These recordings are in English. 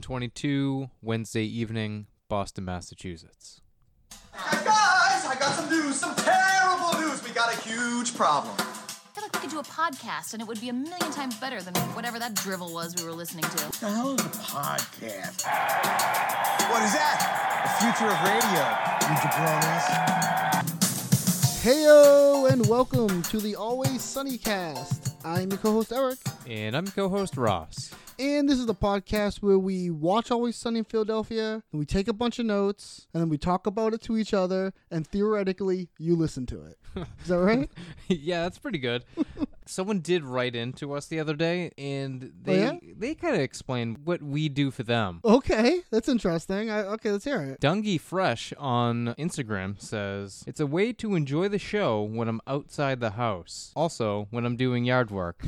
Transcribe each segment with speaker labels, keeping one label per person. Speaker 1: 722, Wednesday evening, Boston, Massachusetts.
Speaker 2: Guys, I got some news, some terrible news. We got a huge problem.
Speaker 3: I feel like we could do a podcast and it would be a million times better than whatever that drivel was we were listening to.
Speaker 2: The hell is a podcast? What is that? The future of radio, you jabronis.
Speaker 4: Heyo and welcome to the Always Sunny Cast. I'm your co-host Eric,
Speaker 1: And I'm co host Ross.
Speaker 4: and this is the podcast where we watch Always Sunny in Philadelphia, and we take a bunch of notes, and then we talk about it to each other, and theoretically, you listen to it. Is that right?
Speaker 1: yeah, that's pretty good. Someone did write in to us the other day, and they
Speaker 4: Oh, yeah? Oh.
Speaker 1: they kind of explained what we do for them.
Speaker 4: okay, that's interesting. I, okay, let's hear it.
Speaker 1: Dungy Fresh on Instagram says, It's a way to enjoy the show when I'm outside the house. Also, when I'm doing yard work.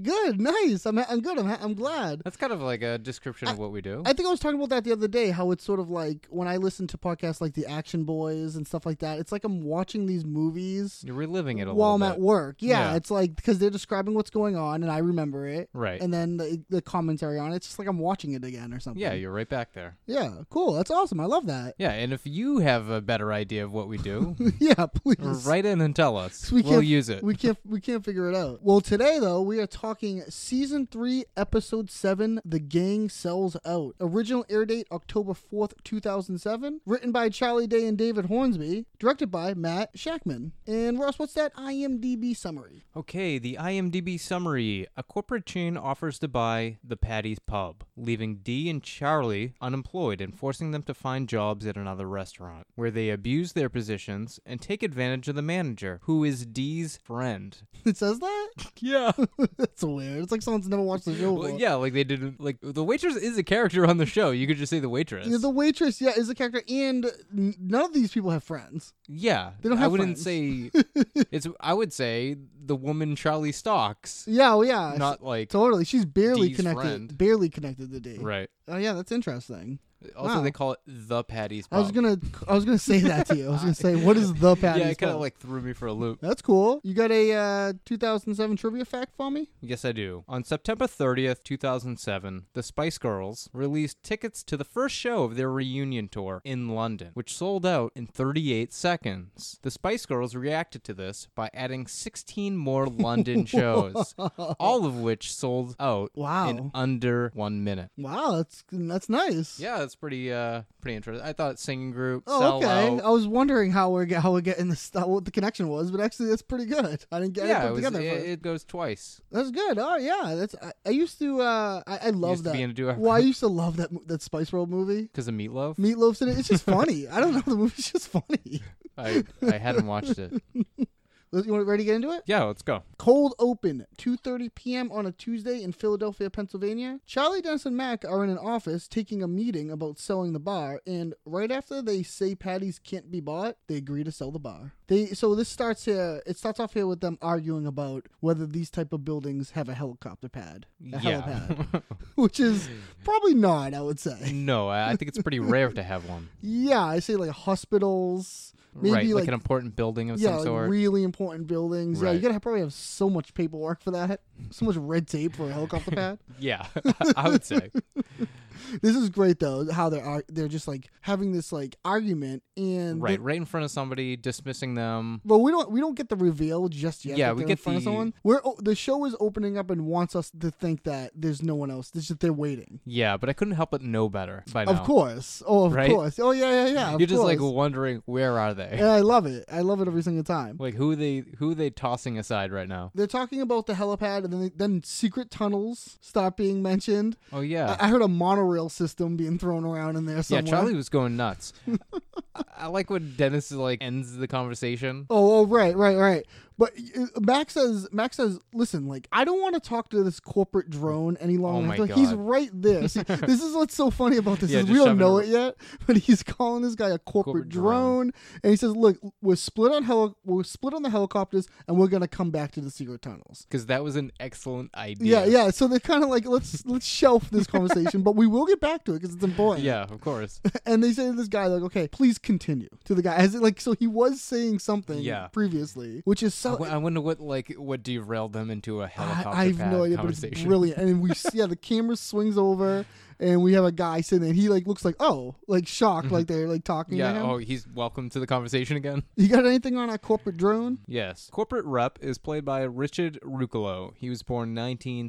Speaker 4: Good, nice. I'm, I'm good. I'm, I'm glad.
Speaker 1: That's kind of like a description of what we do.
Speaker 4: I think I was talking about that the other day. How it's sort of like when I listen to podcasts like the Action Boys and stuff like that. It's like I'm watching these movies
Speaker 1: You're reliving it a
Speaker 4: while
Speaker 1: little
Speaker 4: I'm
Speaker 1: bit.
Speaker 4: at work. Yeah,
Speaker 1: Yeah.
Speaker 4: it's like because they're describing what's going on, and I remember it.
Speaker 1: Right.
Speaker 4: And then the, the commentary on it, it's just like I'm watching it again or something.
Speaker 1: Yeah, you're right back there.
Speaker 4: yeah, cool. That's awesome. I love that.
Speaker 1: Yeah, and if you have a better idea of what we do,
Speaker 4: yeah, please.
Speaker 1: write in and tell us.
Speaker 4: We
Speaker 1: We
Speaker 4: can't,
Speaker 1: will use it.
Speaker 4: We can't. We can't figure it out. Well, today though, we are talking season three, episode seven, "The Gang Sells Out." Original air date October fourth, two thousand seven. Written by Charlie Day and David Hornsby. Directed by Matt Shackman. And Ross, what's that IMDb summary?
Speaker 1: Okay, the IMDb summary. A corporate chain offers to buy the Patty's Pub, leaving Dee and Charlie unemployed and forcing them to find jobs at another restaurant, where they abuse their positions and take advantage of the manager, who is Dee's friend.
Speaker 4: It says that.
Speaker 1: Yeah.
Speaker 4: That's weird. It's like someone's never watched the show.
Speaker 1: well,
Speaker 4: before.
Speaker 1: yeah, like they did. Like, the waitress is a character on the show. You could just say the waitress.
Speaker 4: Yeah, the waitress, yeah, is a character, and n- none of these people have friends.
Speaker 1: Yeah,
Speaker 4: They don't
Speaker 1: I
Speaker 4: have
Speaker 1: wouldn't
Speaker 4: friends.
Speaker 1: say it's. I would say the woman Charlie stalks,
Speaker 4: Yeah, well, yeah,
Speaker 1: not
Speaker 4: she-
Speaker 1: like
Speaker 4: totally. She's barely
Speaker 1: Dee's
Speaker 4: connected,
Speaker 1: friend.
Speaker 4: barely connected to D.
Speaker 1: right.
Speaker 4: Oh yeah, that's interesting.
Speaker 1: Also,
Speaker 4: Wow.
Speaker 1: they call it the Patty's.
Speaker 4: I was
Speaker 1: Pub.
Speaker 4: gonna, I was gonna say that to you. I was gonna say, what is the
Speaker 1: Um,
Speaker 4: Patty's?
Speaker 1: Yeah, it kind of
Speaker 4: Pub?
Speaker 1: like threw me for a loop.
Speaker 4: That's cool. You got a uh, 2007 trivia fact for me?
Speaker 1: Yes, I do. On September 30th, 2007, the Spice Girls released tickets to the first show of their reunion tour in London, which sold out in 38 seconds. The Spice Girls reacted to this by adding 16 more London shows, all of which sold out
Speaker 4: Wow.
Speaker 1: in under one minute.
Speaker 4: Wow, that's that's nice.
Speaker 1: Yeah, that's pretty uh pretty interesting. I thought singing group.
Speaker 4: Oh,
Speaker 1: sell
Speaker 4: okay.
Speaker 1: out.
Speaker 4: I was wondering how we're get- how we're getting this what the connection was, but actually, that's pretty good. I didn't get
Speaker 1: yeah,
Speaker 4: it
Speaker 1: it,
Speaker 4: put
Speaker 1: was-
Speaker 4: together.
Speaker 1: it-
Speaker 4: for-
Speaker 1: it goes twice.
Speaker 4: That's good. Oh yeah, that's I, I used to. Uh, I, I love
Speaker 1: used to
Speaker 4: that.
Speaker 1: be into it.
Speaker 4: well, I used to love that mo- that Spice World movie.
Speaker 1: Because of meatloaf,
Speaker 4: Meatloaf's in it. It's just funny. I don't know. The movie's just funny.
Speaker 1: I, I hadn't watched it.
Speaker 4: Let- You want ready to get into it?
Speaker 1: Yeah, let's go.
Speaker 4: Cold Open, 2:30 p.m. on a Tuesday in Philadelphia, Pennsylvania. Charlie, Dennis, and Mac are in an office taking a meeting about selling the bar, and right after they say patties can't be bought, they agree to sell the bar. They so this starts here. It starts off here with them arguing about whether these type of buildings have a helicopter pad, a helipad,
Speaker 1: yeah.
Speaker 4: which is probably not. I would say.
Speaker 1: No, I I think it's pretty rare to have one.
Speaker 4: Yeah, I say like hospitals, maybe
Speaker 1: right, like,
Speaker 4: like,
Speaker 1: an important building of
Speaker 4: yeah,
Speaker 1: some
Speaker 4: like
Speaker 1: sort.
Speaker 4: really important buildings. Yeah, you
Speaker 1: Right.
Speaker 4: gotta probably have so much paperwork for that, so much red tape for a helicopter pad.
Speaker 1: yeah, I would say.
Speaker 4: This is great though, how they're ar- they're just like having this like argument and
Speaker 1: Right,
Speaker 4: they-
Speaker 1: right in front of somebody, dismissing them.
Speaker 4: But we don't we don't get the reveal just yet.
Speaker 1: Yeah,
Speaker 4: that
Speaker 1: we
Speaker 4: they're in
Speaker 1: get
Speaker 4: front of
Speaker 1: the-
Speaker 4: someone. We're oh, the show is opening up and wants us to think that there's no one else. It's just they're waiting.
Speaker 1: Yeah, but I couldn't help but know better by now.
Speaker 4: Of course. Oh, of
Speaker 1: Right?
Speaker 4: course. Oh yeah, yeah, yeah. of
Speaker 1: you're just like
Speaker 4: course.
Speaker 1: wondering where are they?
Speaker 4: and I love it. I love it every single time.
Speaker 1: Like who they who they tossing aside right now?
Speaker 4: They're talking about the helipad, and then they, then secret tunnels start being mentioned.
Speaker 1: Oh yeah,
Speaker 4: I I heard a monorail system being thrown around in there somewhere.
Speaker 1: yeah. Charlie was going nuts. I, I like when Dennis is like ends the conversation.
Speaker 4: Oh, oh, right, right, right. But uh, Max says, Max says, listen, like I don't want to talk to this corporate drone any longer.
Speaker 1: Oh my
Speaker 4: Like, He's
Speaker 1: God.
Speaker 4: right there. See, this is what's so funny about this
Speaker 1: Yeah,
Speaker 4: is we
Speaker 1: just shoving
Speaker 4: don't know
Speaker 1: it-
Speaker 4: it yet, but he's calling this guy a corporate,
Speaker 1: Corporate
Speaker 4: drone.
Speaker 1: drone.
Speaker 4: and he says, look, we're split on heli- we're split on the helicopters, and we're gonna come back to the secret tunnels.
Speaker 1: Because that was an excellent idea.
Speaker 4: Yeah, yeah. So they're kind of like, let's let's shelf this conversation, but we will get back to it because it's important.
Speaker 1: Yeah, of course.
Speaker 4: and they say to this guy like okay please continue to the guy as it like so he was saying something
Speaker 1: Yeah.
Speaker 4: previously which is
Speaker 1: I
Speaker 4: so
Speaker 1: w- I wonder what like what derailed them into a
Speaker 4: I,
Speaker 1: helicopter
Speaker 4: I have
Speaker 1: pad
Speaker 4: no idea but it's
Speaker 1: conversation.
Speaker 4: brilliant and we see yeah the camera swings over and we have a guy sitting there. And he like looks like oh, like shocked, like they're like talking to
Speaker 1: Mm-hmm. Yeah.
Speaker 4: him.
Speaker 1: Oh, he's welcome to the conversation again.
Speaker 4: You got anything on our corporate drone?
Speaker 1: Yes. Corporate Rep is played by Richard Ruccolo. He was born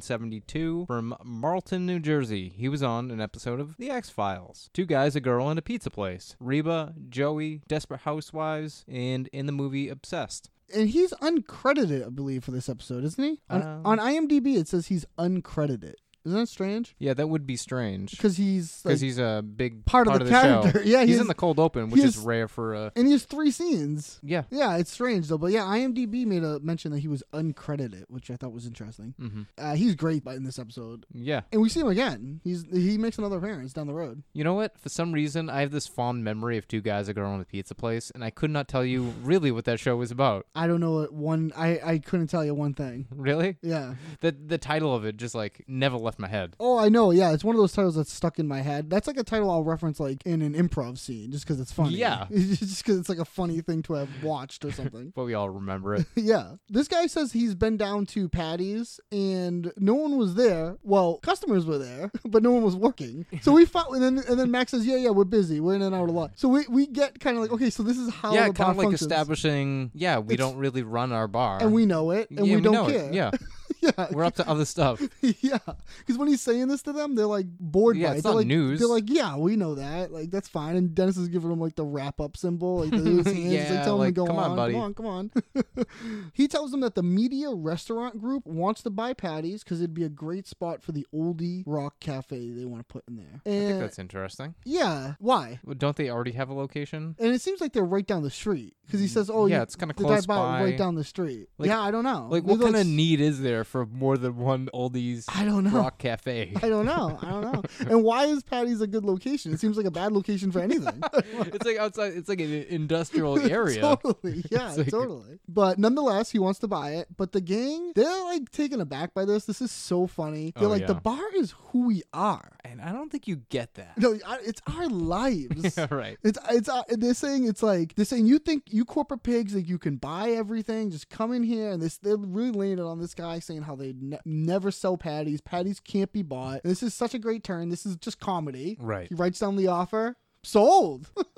Speaker 1: 1972 from Marlton, New Jersey. He was on an episode of The X Files, Two Guys, a Girl, and a Pizza Place, Reba, Joey, Desperate Housewives, and in the movie Obsessed.
Speaker 4: And he's uncredited, I believe, for this episode, isn't he? On,
Speaker 1: Um.
Speaker 4: on IMDb, it says he's uncredited. Isn't that strange?
Speaker 1: Yeah, that would be strange.
Speaker 4: Because he's like,
Speaker 1: Because he's a big
Speaker 4: part
Speaker 1: part,
Speaker 4: of
Speaker 1: of
Speaker 4: the
Speaker 1: the,
Speaker 4: character.
Speaker 1: show.
Speaker 4: Yeah, he
Speaker 1: he's
Speaker 4: is-
Speaker 1: in the cold open, which
Speaker 4: he
Speaker 1: is
Speaker 4: is-
Speaker 1: rare for a.
Speaker 4: and he has three scenes.
Speaker 1: Yeah.
Speaker 4: Yeah, it's strange though, but yeah, IMDb made a mention that he was uncredited, which I thought was interesting.
Speaker 1: Mhm.
Speaker 4: Uh, he's great in this episode,
Speaker 1: Yeah.
Speaker 4: and we see him again. He's he makes another appearance down the road.
Speaker 1: You know what? For some reason, I have this fond memory of Two Guys, a Girl, and a Pizza Place, and I could not tell you really what that show was about.
Speaker 4: I don't know what one. I I couldn't tell you one thing.
Speaker 1: Really?
Speaker 4: Yeah.
Speaker 1: The the title of it just like never left my head.
Speaker 4: Oh, I know. Yeah, it's one of those titles that's stuck in my head. That's like a title I'll reference like in an improv scene just because it's funny.
Speaker 1: Yeah.
Speaker 4: just because it's like a funny thing to have watched or something.
Speaker 1: But we all remember it.
Speaker 4: Yeah. This guy says he's been down to Patty's and no one was there. Well, customers were there, but no one was working. So we fought and then and then Max says, Yeah, yeah, we're busy. We're in and out a lot. So we, we get kind of like, okay, so this is how
Speaker 1: yeah,
Speaker 4: the
Speaker 1: kind
Speaker 4: bar
Speaker 1: of like
Speaker 4: functions.
Speaker 1: establishing. Yeah, we
Speaker 4: It's-
Speaker 1: don't really run our bar,
Speaker 4: and we know it, and
Speaker 1: Yeah,
Speaker 4: we don't
Speaker 1: know it.
Speaker 4: care.
Speaker 1: Yeah,
Speaker 4: yeah,
Speaker 1: we're up to other stuff.
Speaker 4: yeah. Because when he's saying this to them, they're like bored
Speaker 1: Yeah,
Speaker 4: by it.
Speaker 1: it's
Speaker 4: they're
Speaker 1: not
Speaker 4: like,
Speaker 1: news.
Speaker 4: They're like, yeah, we know that. Like that's fine. And Dennis is giving him like the wrap up symbol. Like, the- his hands. He's like,
Speaker 1: Yeah,
Speaker 4: tell him
Speaker 1: like,
Speaker 4: to go
Speaker 1: come on,
Speaker 4: on,
Speaker 1: buddy."
Speaker 4: come on, come on. he tells them that the Media Restaurant Group wants to buy Patty's because it'd be a great spot for the oldie rock cafe they want to put in there. And
Speaker 1: I think that's interesting.
Speaker 4: yeah, why?
Speaker 1: Well, Don't they already have a location?
Speaker 4: And it seems like they're right down the street because he says, "Oh,
Speaker 1: Mm, Yeah,
Speaker 4: you-
Speaker 1: it's kinda
Speaker 4: the
Speaker 1: close
Speaker 4: dive bar
Speaker 1: by.
Speaker 4: right down the street."
Speaker 1: Like-
Speaker 4: yeah, I don't know.
Speaker 1: Like,
Speaker 4: Maybe
Speaker 1: what kind of
Speaker 4: Uh, that's-
Speaker 1: need is there for more than one oldies
Speaker 4: I don't know.
Speaker 1: rock cafe?
Speaker 4: I don't know. I don't know. And why is Patty's a good location? It seems like a bad location for anything.
Speaker 1: it's like outside. It's like an industrial area.
Speaker 4: totally. Yeah,
Speaker 1: It's like-
Speaker 4: totally. But nonetheless, he wants to buy it. But the gang, they're like taken aback by this. This is so funny. They're
Speaker 1: Oh,
Speaker 4: like, the
Speaker 1: yeah.
Speaker 4: bar is who we are.
Speaker 1: And I don't think you get that.
Speaker 4: No, I- it's our lives.
Speaker 1: Yeah, right.
Speaker 4: It's it's uh, they're saying it's like they're saying you think you corporate pigs like you can buy everything just come in here and this they're really laying it on this guy saying how they ne- never sell patties patties can't be bought this is such a great turn this is just comedy
Speaker 1: Right.
Speaker 4: he writes down the offer sold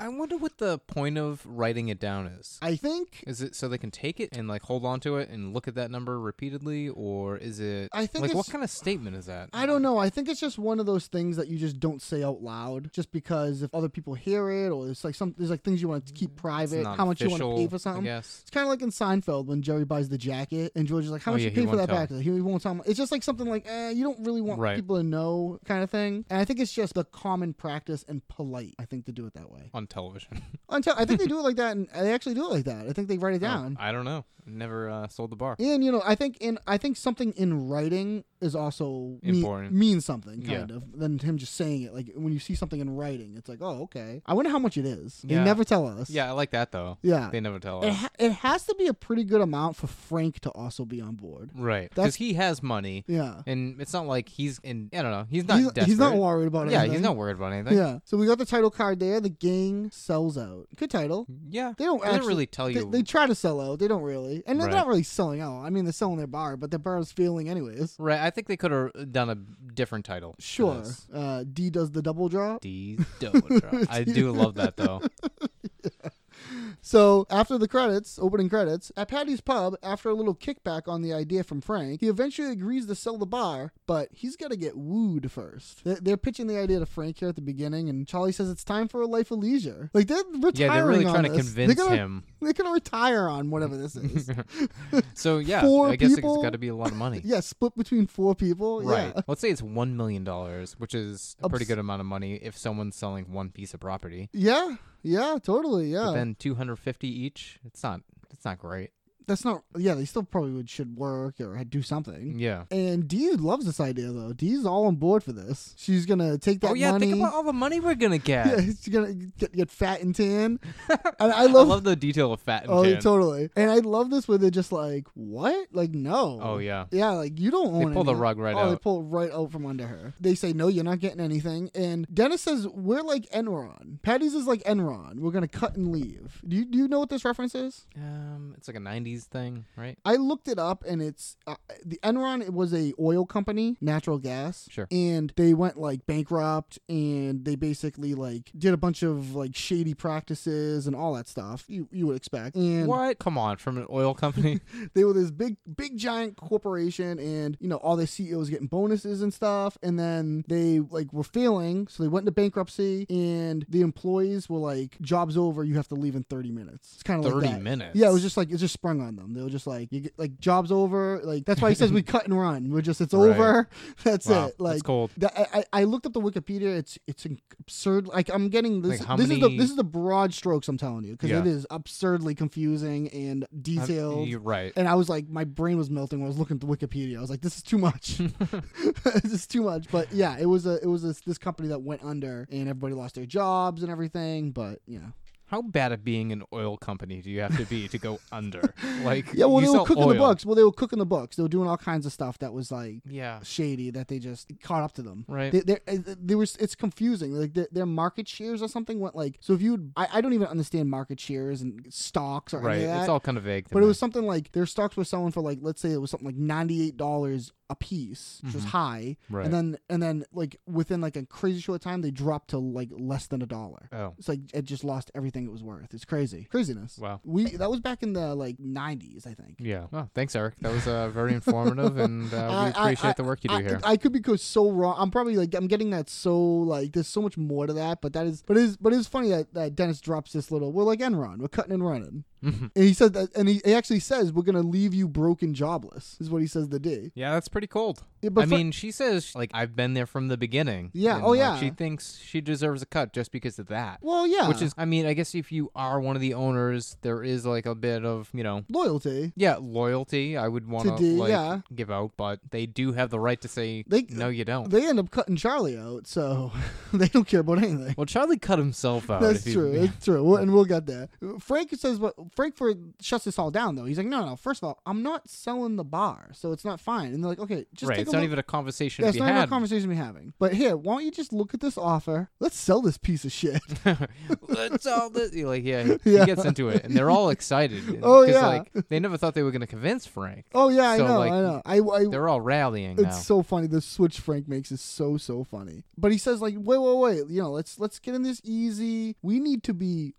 Speaker 1: I wonder what the point of writing it down is.
Speaker 4: I think
Speaker 1: Is it so they can take it and like hold on to it and look at that number repeatedly, or is it?
Speaker 4: I think
Speaker 1: like what
Speaker 4: it's-
Speaker 1: kind of statement is that?
Speaker 4: I don't know. I think it's just one of those things that you just don't say out loud, just because if other people hear it, or it's like some there's like things you want to keep private,
Speaker 1: not
Speaker 4: how much you want to pay
Speaker 1: official,
Speaker 4: for
Speaker 1: I
Speaker 4: something.
Speaker 1: guess.
Speaker 4: It's kind of like in Seinfeld when Jerry buys the jacket and George is like, "How
Speaker 1: Oh,
Speaker 4: much
Speaker 1: yeah,
Speaker 4: you
Speaker 1: he
Speaker 4: pay for
Speaker 1: won't
Speaker 4: that
Speaker 1: tell.
Speaker 4: back?" He won't tell. me. It's just like something like, eh, "You don't really want
Speaker 1: Right.
Speaker 4: people to know," kind of thing. And I think it's just the common practice and polite. I think to do it that way.
Speaker 1: on television.
Speaker 4: Until I think they do it like that, and they actually do it like that. I think they write it
Speaker 1: Oh.
Speaker 4: down.
Speaker 1: I don't know. Never uh, sold the bar.
Speaker 4: and you know, I think in I think something in writing is also mean-
Speaker 1: Important.
Speaker 4: means something kind
Speaker 1: Yeah.
Speaker 4: of than him just saying it. Like when you see something in writing, it's like, oh, okay. I wonder how much it is. They
Speaker 1: Yeah.
Speaker 4: never tell us.
Speaker 1: Yeah, I like that though.
Speaker 4: Yeah.
Speaker 1: they never tell
Speaker 4: It,
Speaker 1: us.
Speaker 4: ha- it has to be a pretty good amount for Frank to also be on board.
Speaker 1: Right,
Speaker 4: That's-
Speaker 1: because he has money,
Speaker 4: Yeah.
Speaker 1: and it's not like he's in. I don't know. He's not.
Speaker 4: he's,
Speaker 1: desperate.
Speaker 4: he's not worried about it.
Speaker 1: Yeah, he's not worried about anything.
Speaker 4: Yeah. So we got the title card there. The gang sells out. Good title.
Speaker 1: yeah.
Speaker 4: They don't actually,
Speaker 1: really tell
Speaker 4: they-
Speaker 1: you.
Speaker 4: They, try to sell out. They don't really. And they're
Speaker 1: Right.
Speaker 4: not really selling out. I mean, they're selling their bar, but their bar is failing anyways.
Speaker 1: right, I think they could have done a different title. for
Speaker 4: Sure.
Speaker 1: this.
Speaker 4: Uh, D does the double drop.
Speaker 1: D's double drop. I do love that though.
Speaker 4: So after the credits, opening credits, at Patty's Pub, after a little kickback on the idea from Frank, he eventually agrees to sell the bar, but he's got to get wooed first. They- They're pitching the idea to Frank here at the beginning, and Charlie says it's time for a life of leisure. Like they're retiring.
Speaker 1: Yeah, they're really
Speaker 4: on
Speaker 1: trying to
Speaker 4: this. They're
Speaker 1: convince
Speaker 4: gonna-
Speaker 1: him.
Speaker 4: They're gonna retire on whatever this is.
Speaker 1: So yeah,
Speaker 4: Four
Speaker 1: I guess
Speaker 4: people?
Speaker 1: it's got to be a lot of money.
Speaker 4: yeah, split between four people.
Speaker 1: Right.
Speaker 4: Yeah.
Speaker 1: Let's say it's one million dollars, which is a pretty
Speaker 4: Obs-
Speaker 1: good amount of money if someone's selling one piece of property.
Speaker 4: Yeah. Yeah. Totally.
Speaker 1: But
Speaker 4: Yeah.
Speaker 1: then two hundred fifty each. It's not. It's not great.
Speaker 4: That's not. Yeah. They still probably would should work or do something.
Speaker 1: Yeah.
Speaker 4: And Dee loves this idea though. Dee's all on board for this. She's gonna take that
Speaker 1: Oh yeah.
Speaker 4: money.
Speaker 1: Think about all the money we're gonna get.
Speaker 4: yeah, she's gonna get, get fat and tan. And I
Speaker 1: I
Speaker 4: love.
Speaker 1: love the detail of fat and
Speaker 4: oh,
Speaker 1: tan.
Speaker 4: totally. And I love this where they're just like, "What? Like, no."
Speaker 1: Oh, yeah.
Speaker 4: Yeah, like you don't own.
Speaker 1: pull the
Speaker 4: anything.
Speaker 1: rug right
Speaker 4: oh, They
Speaker 1: out.
Speaker 4: pull it right out from under her. They say, "No, you're not getting anything." And Dennis says, "We're like Enron. Patty's is like Enron. We're gonna cut and leave." Do you do you know what this reference is?
Speaker 1: Um, it's like a '90s disease thing, right?
Speaker 4: I looked it up, and it's uh, the Enron. It was a oil company, natural gas.
Speaker 1: Sure.
Speaker 4: And they went like bankrupt, and they basically like did a bunch of like shady practices and all that stuff you you would expect. And
Speaker 1: What? Come on, from an oil company?
Speaker 4: they were this big, big giant corporation, and you know all their CEOs getting bonuses and stuff. And then they like were failing, so they went into bankruptcy, and the employees were like, "Job's over. You have to leave in 30 minutes." It's kind of like
Speaker 1: 30
Speaker 4: that.
Speaker 1: minutes?
Speaker 4: Yeah, it was just like it just sprung on them. They were just like, you get, "Like job's over." Like that's why he says we cut and run. We're just it's
Speaker 1: Right.
Speaker 4: over. That's
Speaker 1: Wow,
Speaker 4: it.
Speaker 1: that's
Speaker 4: Like
Speaker 1: cold.
Speaker 4: that- I, I I looked up the Wikipedia. It's it's in- absurd. Like I'm getting this.
Speaker 1: Like, how
Speaker 4: this is the
Speaker 1: many-
Speaker 4: this is the broad strokes I'm telling you because
Speaker 1: Yeah.
Speaker 4: it is absurdly confusing and
Speaker 1: I'm-
Speaker 4: detailed.
Speaker 1: You're right.
Speaker 4: And I was like, my brain was melting when I was looking at the Wikipedia. I was like, this is too much. this is too much. But yeah, it was a it was this, this company that went under, and everybody lost their jobs and everything. But you know,
Speaker 1: How bad at being an oil company do you have to be to go under? Like,
Speaker 4: yeah. Well,
Speaker 1: you
Speaker 4: they were
Speaker 1: sell
Speaker 4: cooking the
Speaker 1: oil.
Speaker 4: books. Well, they were cooking the books. They were doing all kinds of stuff that was like
Speaker 1: Yeah.
Speaker 4: shady that they just it caught up to them.
Speaker 1: Right.
Speaker 4: They, they're- uh, they were. It's confusing. Like their, their market shares or something went like. So if you, I, I don't even understand market shares and stocks or
Speaker 1: Right.
Speaker 4: any of that.
Speaker 1: It's all kind of vague. to
Speaker 4: But it
Speaker 1: me.
Speaker 4: was something like their stocks were selling for like let's say it was something like ninety eight dollars a piece, which was high.
Speaker 1: Mm-hmm. Right.
Speaker 4: And then and then like within like a crazy short time they dropped to like less than a dollar.
Speaker 1: Oh.
Speaker 4: It's like it just lost everything it was worth. It's crazy. Craziness.
Speaker 1: Wow.
Speaker 4: We that was back in the like nineties, I think.
Speaker 1: Yeah. Well, thanks, Eric. That was uh, very informative, and uh,
Speaker 4: I-
Speaker 1: we
Speaker 4: I-
Speaker 1: appreciate
Speaker 4: I-
Speaker 1: the work you do
Speaker 4: I,
Speaker 1: here.
Speaker 4: I could be go so wrong. I'm probably like I'm getting that so like there's so much more to that, but that is but it is but it's funny that, that Dennis drops this little we're like Enron, we're cutting and running.
Speaker 1: Mm-hmm.
Speaker 4: and he said that and he, he actually says we're gonna leave you broken jobless is what he says the day.
Speaker 1: yeah, that's pretty cold.
Speaker 4: Yeah, but
Speaker 1: I
Speaker 4: for-
Speaker 1: mean, she says like I've been there from the beginning.
Speaker 4: Yeah,
Speaker 1: and,
Speaker 4: oh,
Speaker 1: like,
Speaker 4: yeah.
Speaker 1: She thinks she deserves a cut just because of that.
Speaker 4: Well yeah.
Speaker 1: Which is, I mean, I guess if you are one of the owners, there is like a bit of you know.
Speaker 4: loyalty.
Speaker 1: Yeah, loyalty. I would want to
Speaker 4: do,
Speaker 1: like
Speaker 4: yeah.
Speaker 1: give out, but they do have the right to say
Speaker 4: They-
Speaker 1: no. You don't.
Speaker 4: They end up cutting Charlie out, so they don't care about anything.
Speaker 1: well, Charlie cut himself out. if
Speaker 4: That's
Speaker 1: you-
Speaker 4: true. It's true. We'll, and we'll get there. Frank says, "What Frank for shuts this all down though. He's like, no, no, no. First of all, I'm not selling the bar, so it's not fine. And they're like, okay, just
Speaker 1: right.
Speaker 4: take
Speaker 1: It's
Speaker 4: a
Speaker 1: not
Speaker 4: look.
Speaker 1: even a conversation
Speaker 4: Yeah,
Speaker 1: to
Speaker 4: it's
Speaker 1: be
Speaker 4: not even a
Speaker 1: had.
Speaker 4: conversation we're having. But here, why don't you just look at this offer? Let's sell this piece of shit.
Speaker 1: That's all that. You're like, yeah, he-
Speaker 4: Yeah.
Speaker 1: he gets into it, and they're all excited.
Speaker 4: Oh,
Speaker 1: 'cause,
Speaker 4: yeah.
Speaker 1: like they never thought they were going to convince Frank.
Speaker 4: oh yeah,
Speaker 1: So,
Speaker 4: I know,
Speaker 1: like,
Speaker 4: I know. I, I
Speaker 1: They're all rallying now.
Speaker 4: It's so funny. The switch Frank makes is so so funny. But he says like, wait, wait, wait. You know, let's let's get in this easy. We need to be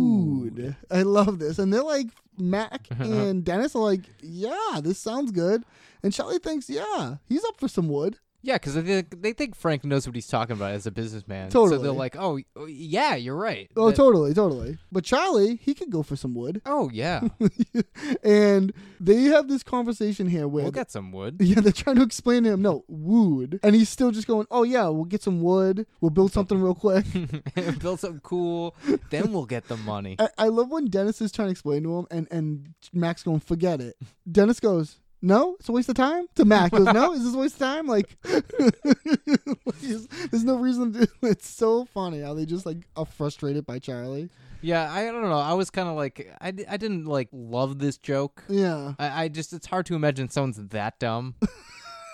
Speaker 4: wooed. I love this. And they're like, Mac
Speaker 1: Uh-huh.
Speaker 4: and Dennis are like, yeah, this sounds good. And Charlie thinks, yeah, he's up for some wood.
Speaker 1: yeah, because they, think- they think Frank knows what he's talking about as a businessman. So
Speaker 4: Totally.
Speaker 1: they're like, oh, oh, yeah, you're right.
Speaker 4: Oh,
Speaker 1: That-
Speaker 4: totally, totally. But Charlie, he could go for some wood.
Speaker 1: oh yeah,
Speaker 4: and they have this conversation here with.
Speaker 1: we'll get some wood.
Speaker 4: Yeah, they're trying to explain to him, no, wood. And he's still just going, oh, yeah, we'll get some wood. We'll build something real quick.
Speaker 1: Build something cool, then we'll get the money.
Speaker 4: I, I love when Dennis is trying to explain to him, and and Max going, "Forget it." Dennis goes, "No, it's a waste of time." To Max, goes, "No, is this a waste of time?" Like, there's there's no reason. To, it's so funny how they just like are frustrated by Charlie.
Speaker 1: Yeah, I don't know. I was kind of like, I, di- I didn't like love this joke.
Speaker 4: Yeah,
Speaker 1: I, I just it's hard to imagine someone's that dumb,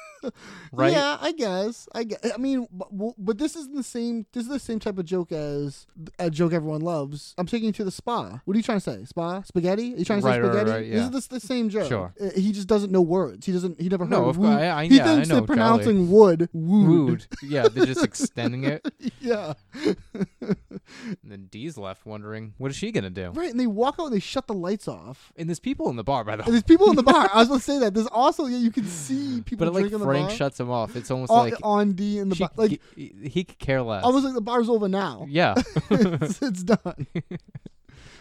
Speaker 1: right?
Speaker 4: Yeah, I guess. I guess. I mean, but, but this is the same. This is the same type of joke as a joke everyone loves. I'm taking you to the spa. What are you trying to say? Spa? Spaghetti? Are you trying to
Speaker 1: Right,
Speaker 4: say
Speaker 1: right,
Speaker 4: spaghetti?
Speaker 1: right, yeah.
Speaker 4: This is the, the same joke.
Speaker 1: Sure.
Speaker 4: Uh, He just doesn't know words. He doesn't. He never heard.
Speaker 1: No, of course.
Speaker 4: wood.
Speaker 1: I- I-
Speaker 4: he
Speaker 1: yeah, I
Speaker 4: thinks
Speaker 1: know Charlie.
Speaker 4: they're pronouncing wood. Wood.
Speaker 1: Rude. yeah, they're just extending it.
Speaker 4: yeah.
Speaker 1: And then Dee's left wondering, what is she gonna do?
Speaker 4: right. And they walk out and they shut the lights off.
Speaker 1: And there's people in the bar, by the
Speaker 4: And
Speaker 1: way.
Speaker 4: there's people in the bar. I was gonna say that. There's also yeah, you can see people
Speaker 1: But like
Speaker 4: drinking
Speaker 1: Frank
Speaker 4: the bar. Uh,
Speaker 1: shuts him off. It's almost
Speaker 4: on,
Speaker 1: like
Speaker 4: on D in the
Speaker 1: she
Speaker 4: bar. Like
Speaker 1: c- he- he could care less.
Speaker 4: almost like the bar's over now.
Speaker 1: yeah.
Speaker 4: it's, it's done.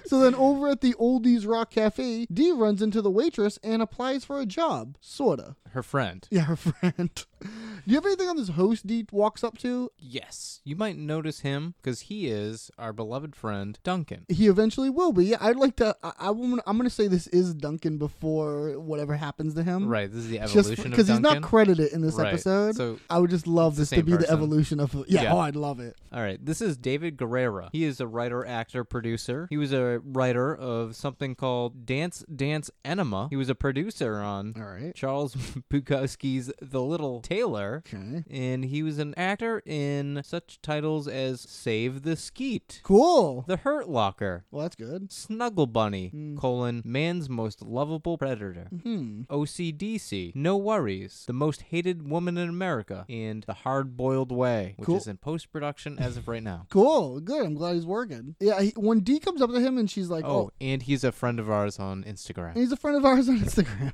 Speaker 4: So then over at the Oldies Rock Cafe, Dee runs into the waitress and applies for a job. Sorta.
Speaker 1: Her friend.
Speaker 4: Yeah, her friend. Do you have anything on this host Dee walks up to?
Speaker 1: Yes. You might notice him because he is our beloved friend Duncan.
Speaker 4: He eventually will be. Yeah, I'd like to. I, I, am going to say this is Duncan before whatever happens to him.
Speaker 1: Right. This is the
Speaker 4: Just
Speaker 1: evolution
Speaker 4: because
Speaker 1: of
Speaker 4: he's
Speaker 1: Duncan.
Speaker 4: not credited in this
Speaker 1: Right,
Speaker 4: episode.
Speaker 1: so
Speaker 4: I would just love this to
Speaker 1: same
Speaker 4: be the
Speaker 1: person.
Speaker 4: evolution of. Yeah,
Speaker 1: Yeah.
Speaker 4: oh, I'd love it.
Speaker 1: All right. This is David Guerrera. He is a writer, actor, producer. He was a writer of something called Dance Dance Enema. He was a producer on
Speaker 4: All right.
Speaker 1: Charles Bukowski's The Little Tailor Miller,
Speaker 4: Okay.
Speaker 1: and he was an actor in such titles as Save the Skeet,
Speaker 4: Cool.
Speaker 1: The Hurt Locker,
Speaker 4: Well, that's good.
Speaker 1: Snuggle Bunny, colon, Man's Most Lovable Predator,
Speaker 4: Hmm.
Speaker 1: OCDC, No Worries, The Most Hated Woman in America, and The Hard Boiled Way, which
Speaker 4: Cool.
Speaker 1: is in post production as of right now.
Speaker 4: Cool. Good. I'm glad he's working. Yeah. He, when D comes up to him and she's like,
Speaker 1: Oh,
Speaker 4: "Oh,
Speaker 1: and he's a friend of ours on Instagram.
Speaker 4: he's a friend of ours on Instagram."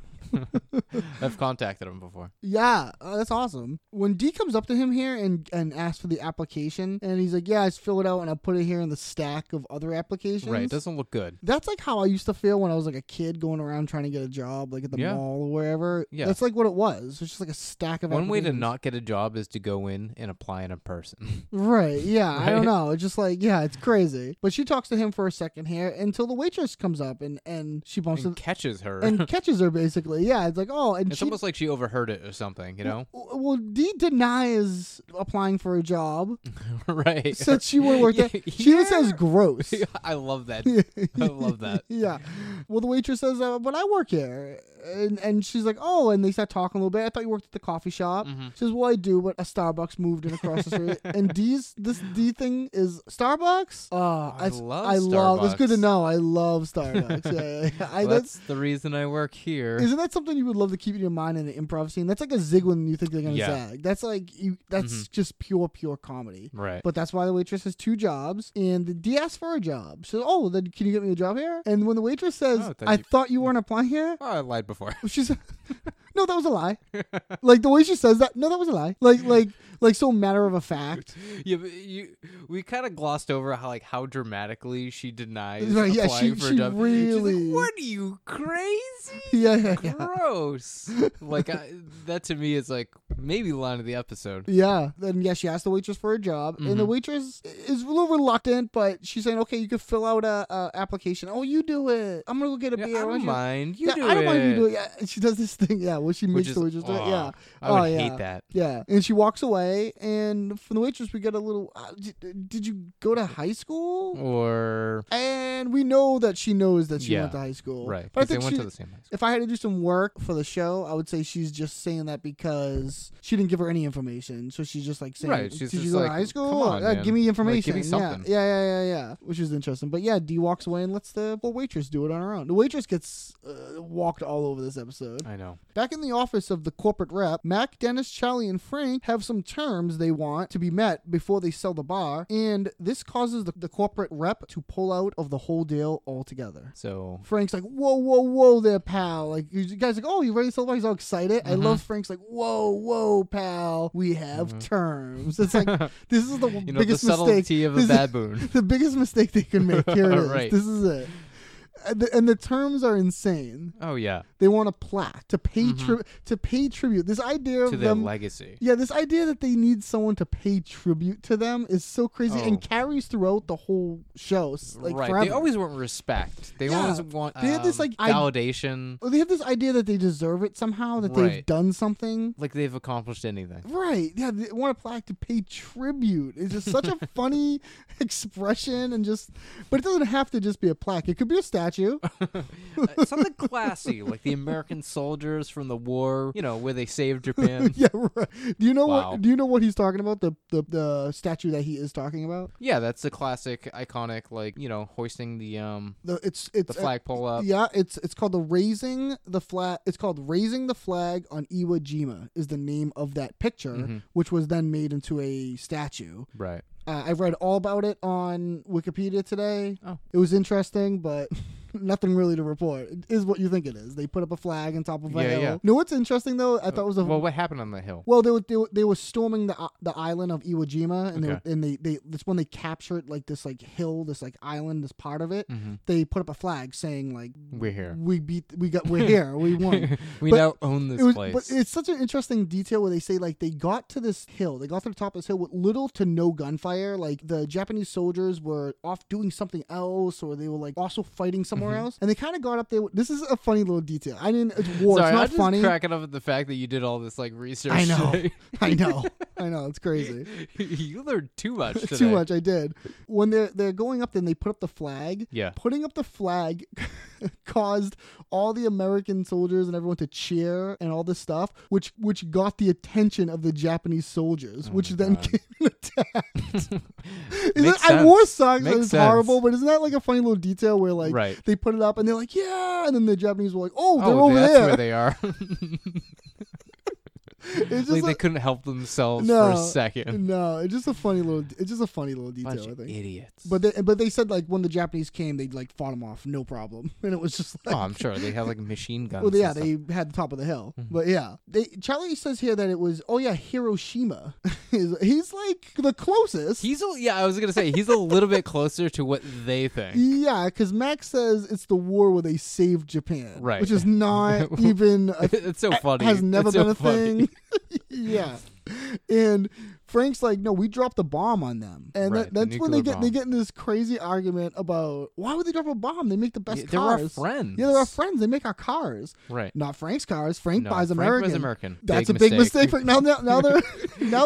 Speaker 1: I've contacted him before.
Speaker 4: Yeah, uh, that's awesome. When D comes up to him here and and asks for the application, and he's like, "Yeah, I just fill it out and I'll put it here in the stack of other applications."
Speaker 1: Right, doesn't look good.
Speaker 4: that's like how I used to feel when I was like a kid going around trying to get a job, like at the
Speaker 1: Yeah.
Speaker 4: mall or wherever.
Speaker 1: Yeah.
Speaker 4: that's like what it was. It's just like a stack of
Speaker 1: One way to
Speaker 4: applications.
Speaker 1: not get a job is to go in and apply in a person.
Speaker 4: Right. Yeah. I
Speaker 1: Right?
Speaker 4: don't know. It's just like yeah, it's crazy. But she talks to him for a second here until the waitress comes up and and she bumps
Speaker 1: and
Speaker 4: it
Speaker 1: catches her.
Speaker 4: and catches her basically. Yeah. It's like oh, and
Speaker 1: it's
Speaker 4: she
Speaker 1: almost like she overheard it or something, you know?
Speaker 4: w- well D denies applying for a job.
Speaker 1: right.
Speaker 4: Said she would work there. She even says gross.
Speaker 1: I love that. I love that.
Speaker 4: yeah. Well, the waitress says, uh, "But I work here," and and she's like, "Oh," and they start talking a little bit. I thought you worked at the coffee shop.
Speaker 1: Mm-hmm.
Speaker 4: She says, "Well, I do, but a Starbucks moved in across the street." and D's this D thing is Starbucks. Uh, I, s-
Speaker 1: love
Speaker 4: I love. It's good to
Speaker 1: Starbucks.
Speaker 4: know. I love Starbucks. yeah, yeah, yeah. I,
Speaker 1: Well,
Speaker 4: that's.
Speaker 1: that's the reason I work here.
Speaker 4: Isn't that something you would love to keep in your mind in an improv scene? That's like a zig when you think they're gonna
Speaker 1: Yeah. Mm-hmm.
Speaker 4: zag. That's like you. That's just pure, pure comedy.
Speaker 1: Right.
Speaker 4: But that's why the waitress has two jobs, and the D asked for a job. She says, "Oh, then can you get me a job here?" And when the waitress says,
Speaker 1: Oh, then
Speaker 4: "I
Speaker 1: you-
Speaker 4: thought you weren't applying here,"
Speaker 1: oh, I lied before.
Speaker 4: she said, "No, that was a lie." like the way she says that, no, that was a lie. Like, like, like, so matter of a fact.
Speaker 1: Yeah, but you we kind of glossed over how like how dramatically she denies
Speaker 4: Right, yeah,
Speaker 1: applying
Speaker 4: she-
Speaker 1: for
Speaker 4: she
Speaker 1: a job. She's like,
Speaker 4: really-
Speaker 1: what are you crazy?
Speaker 4: yeah, yeah, yeah.
Speaker 1: Gross. like I, that to me is like maybe line of the episode.
Speaker 4: Yeah. Then yeah, she asked the waitress for a job, and the
Speaker 1: Mm-hmm.
Speaker 4: waitress is a little reluctant, but she's saying, "Okay, you can fill out a, a application. Oh, you do it. I'm gonna go get a
Speaker 1: Yeah, I
Speaker 4: beer. Why
Speaker 1: don't
Speaker 4: you-"
Speaker 1: mind. You
Speaker 4: yeah,
Speaker 1: do
Speaker 4: I don't mind if you do
Speaker 1: it.
Speaker 4: it. Yeah, and she does this thing. Yeah, well, she
Speaker 1: Which
Speaker 4: makes
Speaker 1: is,
Speaker 4: the waitress do it.
Speaker 1: aw,
Speaker 4: Yeah,
Speaker 1: I would
Speaker 4: oh, yeah.
Speaker 1: hate that.
Speaker 4: Yeah, and she walks away, and from the waitress we get a little. Uh, did, did you go to high school?
Speaker 1: Oh. Or
Speaker 4: And we know that she knows that she
Speaker 1: Yeah,
Speaker 4: went to high school,
Speaker 1: right,
Speaker 4: But I
Speaker 1: 'cause they
Speaker 4: think
Speaker 1: went
Speaker 4: she-
Speaker 1: to the same high school.
Speaker 4: If I had to do some work for the show, I would say she's just saying that because she didn't give her any information, so she's just like saying,
Speaker 1: Right, she's
Speaker 4: "Did you
Speaker 1: just
Speaker 4: go
Speaker 1: like,
Speaker 4: to high school?
Speaker 1: come on,
Speaker 4: Uh,
Speaker 1: man.
Speaker 4: Give me
Speaker 1: Like,
Speaker 4: information.
Speaker 1: give me something."
Speaker 4: Yeah, yeah, yeah, yeah, yeah." Which is interesting, but yeah, D walks away and lets the poor waitress do it on her own. The waitress gets uh, walked all over this episode.
Speaker 1: I know.
Speaker 4: Back in the office of the corporate rep, Mac, Dennis, Charlie, and Frank have some terms they want to be met before they sell the bar, and this causes the, the corporate rep to pull out of the whole deal altogether.
Speaker 1: So
Speaker 4: Frank's like, whoa, whoa, whoa there, pal. Like, you guys like, oh, you ready to sell the bar? He's all excited. I
Speaker 1: Uh-huh.
Speaker 4: love Frank's like, whoa, whoa, pal. We have terms. It's like, this is the
Speaker 1: Mm-hmm. you know the
Speaker 4: biggest
Speaker 1: subtlety
Speaker 4: mistake.
Speaker 1: of
Speaker 4: This
Speaker 1: a
Speaker 4: is-
Speaker 1: baboon.
Speaker 4: the biggest mistake they can make. Here it is.
Speaker 1: Right.
Speaker 4: This is it. And the, and the terms are insane.
Speaker 1: oh yeah,
Speaker 4: They want a plaque to pay tri- to pay tribute. This idea
Speaker 1: Mm-hmm. to
Speaker 4: of
Speaker 1: their
Speaker 4: them,
Speaker 1: legacy.
Speaker 4: yeah, this idea that they need someone to pay tribute to them is so crazy
Speaker 1: Oh.
Speaker 4: and carries throughout the whole show, s- like
Speaker 1: right.
Speaker 4: forever.
Speaker 1: They always want respect. They
Speaker 4: Yeah.
Speaker 1: always want
Speaker 4: They had this,
Speaker 1: um,
Speaker 4: like, I-
Speaker 1: validation.
Speaker 4: Well, they have this idea that they deserve it somehow, that they've
Speaker 1: Right.
Speaker 4: done something.
Speaker 1: like they've accomplished anything.
Speaker 4: Right. Yeah, they want a plaque to pay tribute. It's just such a funny expression and just but it doesn't have to just be a plaque. It could be a statue.
Speaker 1: Uh, something classy, like the American soldiers from the war, you know, where they saved Japan.
Speaker 4: yeah, right. Do you know
Speaker 1: Wow.
Speaker 4: what do you know what he's talking about? The, the the statue that he is talking about?
Speaker 1: yeah, that's the classic, iconic, like you know, hoisting the um
Speaker 4: The it's it's
Speaker 1: the
Speaker 4: uh,
Speaker 1: flag pole up.
Speaker 4: Yeah, it's it's called the raising the flag. It's called raising the flag on Iwo Jima is the name of that picture,
Speaker 1: Mm-hmm.
Speaker 4: which was then made into a statue.
Speaker 1: Right.
Speaker 4: Uh, I read all about it on Wikipedia today.
Speaker 1: Oh.
Speaker 4: It was interesting, but nothing really to report. It is what you think it is. They put up a flag on top of a
Speaker 1: Yeah,
Speaker 4: hill.
Speaker 1: yeah.
Speaker 4: You know what's interesting though? I thought it was a
Speaker 1: Well, what happened on the hill?
Speaker 4: well, they were, they were they were storming the i- the island of Iwo Jima, and
Speaker 1: Okay.
Speaker 4: they were, and they they that's when they captured like this like hill, this like island, this part of it.
Speaker 1: Mm-hmm.
Speaker 4: They put up a flag saying like
Speaker 1: We're here.
Speaker 4: we beat we got we're here we won.
Speaker 1: We
Speaker 4: But
Speaker 1: now own this
Speaker 4: It was,
Speaker 1: place.
Speaker 4: but it's such an interesting detail where they say like they got to this hill, they got to the top of this hill with little to no gunfire. Like the Japanese soldiers were off doing something else, or they were like also fighting somewhere
Speaker 1: Mm-hmm.
Speaker 4: else, and they kind of got up there. with- This is a funny little detail. I didn't. It's war.
Speaker 1: Sorry,
Speaker 4: it's
Speaker 1: I'm
Speaker 4: not
Speaker 1: just
Speaker 4: funny.
Speaker 1: cracking up at the fact that you did all this like research.
Speaker 4: I know.
Speaker 1: today.
Speaker 4: I know. I know it's crazy.
Speaker 1: you learned too much today.
Speaker 4: Too much. I did. When they're they're going up, then they put up the flag.
Speaker 1: Yeah.
Speaker 4: Putting up the flag caused all the American soldiers and everyone to cheer and all this stuff, which which got the attention of the Japanese
Speaker 1: Oh
Speaker 4: soldiers, which then came and attacked. Isn't
Speaker 1: Makes
Speaker 4: that- I wore
Speaker 1: sense.
Speaker 4: socks. and
Speaker 1: Makes
Speaker 4: It was horrible,
Speaker 1: sense.
Speaker 4: but isn't that like a funny little detail where like
Speaker 1: Right.
Speaker 4: they put it up and they're like, yeah, and then the Japanese were like, oh, they're
Speaker 1: oh,
Speaker 4: over
Speaker 1: that's
Speaker 4: there.
Speaker 1: where they are.
Speaker 4: It's just
Speaker 1: like
Speaker 4: a-
Speaker 1: they couldn't help themselves for a second.
Speaker 4: No, it's just a funny little. It's just a funny little detail.
Speaker 1: Bunch
Speaker 4: I
Speaker 1: of
Speaker 4: think.
Speaker 1: idiots.
Speaker 4: But they, but they said like when the Japanese came, they like fought them off, no problem, and it was just like.
Speaker 1: oh, I'm sure they have like machine guns.
Speaker 4: Well, yeah,
Speaker 1: and stuff.
Speaker 4: they had the top of the hill, but yeah, they Charlie says here that it was. Oh yeah, Hiroshima. he's, he's like the closest.
Speaker 1: He's a, yeah. I was gonna say he's a little bit closer to what they think.
Speaker 4: yeah, because Max says it's the war where they saved Japan,
Speaker 1: Right.
Speaker 4: Which is not even a
Speaker 1: it's so funny.
Speaker 4: has never
Speaker 1: It's so
Speaker 4: been a
Speaker 1: funny.
Speaker 4: thing. yeah. And Frank's like, no, we dropped a bomb on them, and
Speaker 1: Right,
Speaker 4: that,
Speaker 1: the
Speaker 4: that's when they
Speaker 1: nuclear
Speaker 4: get they
Speaker 1: bomb.
Speaker 4: get in this crazy argument about why would they drop a bomb? They make the best
Speaker 1: Yeah, they're our
Speaker 4: cars.
Speaker 1: friends.
Speaker 4: Yeah, they're our friends. They make our cars.
Speaker 1: Right.
Speaker 4: Not Frank's cars. Frank
Speaker 1: No,
Speaker 4: buys
Speaker 1: Frank
Speaker 4: American.
Speaker 1: buys American.
Speaker 4: That's
Speaker 1: Big
Speaker 4: a big mistake.
Speaker 1: mistake.
Speaker 4: But now, now, now they're now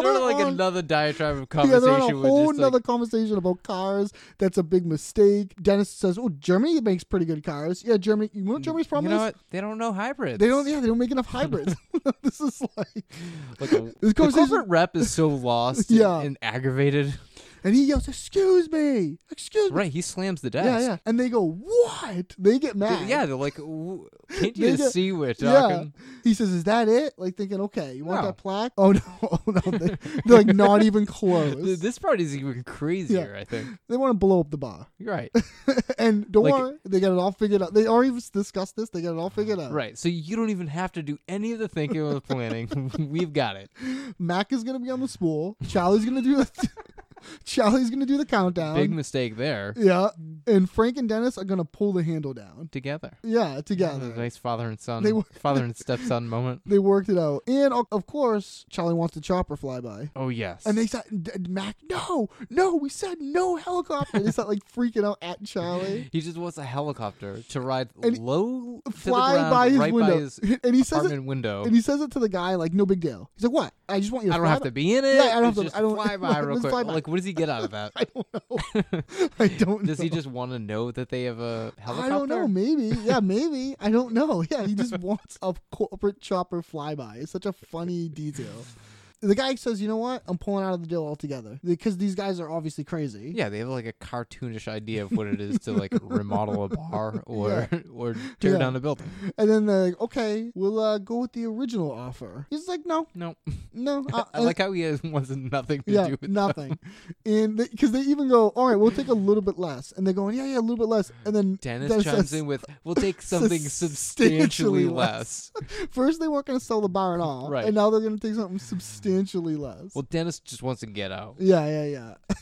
Speaker 1: They're
Speaker 4: they're,
Speaker 1: like
Speaker 4: on,
Speaker 1: another diatribe of
Speaker 4: yeah,
Speaker 1: conversation.
Speaker 4: they're on a
Speaker 1: with
Speaker 4: whole
Speaker 1: just,
Speaker 4: nother
Speaker 1: like,
Speaker 4: conversation about cars. That's a big mistake. Dennis says, "Oh, Germany makes pretty good cars." Yeah, Germany. You know what Germany's
Speaker 1: you
Speaker 4: problem
Speaker 1: know
Speaker 4: is?
Speaker 1: what? They don't know hybrids.
Speaker 4: They don't. Yeah, they don't make enough hybrids. this is like,
Speaker 1: Like a,
Speaker 4: This
Speaker 1: the
Speaker 4: conversation-
Speaker 1: corporate rep is so lost and-
Speaker 4: Yeah.
Speaker 1: and, aggravated.
Speaker 4: and he yells, "Excuse me, excuse me."
Speaker 1: Right. He slams the desk.
Speaker 4: Yeah, yeah. And they go, "What?" They get mad.
Speaker 1: They- yeah, they're like, "W- can't
Speaker 4: They
Speaker 1: you
Speaker 4: get-
Speaker 1: just see we're
Speaker 4: Yeah.
Speaker 1: talking?
Speaker 4: He says, "Is that it?" Like thinking, "Okay, you want
Speaker 1: No.
Speaker 4: that plaque?" Oh no, oh, no. They, they're like not even
Speaker 1: Th-
Speaker 4: close.
Speaker 1: This part is even crazier, I think.
Speaker 4: they want to blow up the bar.
Speaker 1: You're right.
Speaker 4: and don't
Speaker 1: Like-
Speaker 4: worry, they got it all figured out. They already discussed this. They got it all figured out.
Speaker 1: Right. So you don't even have to do any of the thinking or the planning. We've got it.
Speaker 4: Mac is gonna be on the spool. Charlie's gonna do the. Charlie's gonna do the countdown.
Speaker 1: Big mistake there.
Speaker 4: yeah, and Frank and Dennis are gonna pull the handle down.
Speaker 1: Together.
Speaker 4: Yeah,
Speaker 1: That was
Speaker 4: together.
Speaker 1: a nice father and son,
Speaker 4: They were-
Speaker 1: father and stepson moment.
Speaker 4: They worked it out. And o- of course, Charlie wants the chopper flyby.
Speaker 1: Oh yes.
Speaker 4: And they said, D- Mac, no, no, we said no helicopter. they start like freaking out at Charlie.
Speaker 1: he just wants a helicopter to ride
Speaker 4: And
Speaker 1: low, to the
Speaker 4: Fly
Speaker 1: ground,
Speaker 4: by his
Speaker 1: right
Speaker 4: window.
Speaker 1: by his
Speaker 4: and he says
Speaker 1: apartment
Speaker 4: it,
Speaker 1: window.
Speaker 4: and he says it to the guy like, no big deal. He's like, what? I just want you
Speaker 1: I
Speaker 4: to
Speaker 1: don't
Speaker 4: fly
Speaker 1: have
Speaker 4: by-
Speaker 1: to be in it.
Speaker 4: Yeah, I don't have
Speaker 1: It's
Speaker 4: to-
Speaker 1: just
Speaker 4: I don't-
Speaker 1: fly by real
Speaker 4: Just
Speaker 1: quick.
Speaker 4: fly by.
Speaker 1: Like, what does he get out of that?
Speaker 4: I don't know. I don't
Speaker 1: Does
Speaker 4: know.
Speaker 1: he just want to know that they have a helicopter?
Speaker 4: I don't know. Maybe. Yeah, maybe. I don't know. Yeah, he just wants a corporate chopper flyby. It's such a funny detail. The guy says, you know what? I'm pulling out of the deal altogether because these guys are obviously crazy.
Speaker 1: Yeah, they have like a cartoonish idea of what it is to like remodel a bar or or tear
Speaker 4: Yeah.
Speaker 1: down a building.
Speaker 4: And then they're like, okay, we'll uh, go with the original offer. He's like, no,
Speaker 1: No,
Speaker 4: no. I,
Speaker 1: I like how he has wants nothing to
Speaker 4: yeah,
Speaker 1: do with
Speaker 4: nothing. And because they, even go, all right, we'll take a little bit less. And they're going, yeah, yeah, a little bit less. And then
Speaker 1: Dennis
Speaker 4: Dennis
Speaker 1: chimes
Speaker 4: says-
Speaker 1: in with, "We'll take something substantially
Speaker 4: substantially
Speaker 1: less."
Speaker 4: First, they weren't going to sell the bar at all.
Speaker 1: Right.
Speaker 4: And now they're going to take something substantially less.
Speaker 1: Well, Dennis just wants to get out.
Speaker 4: Yeah, yeah,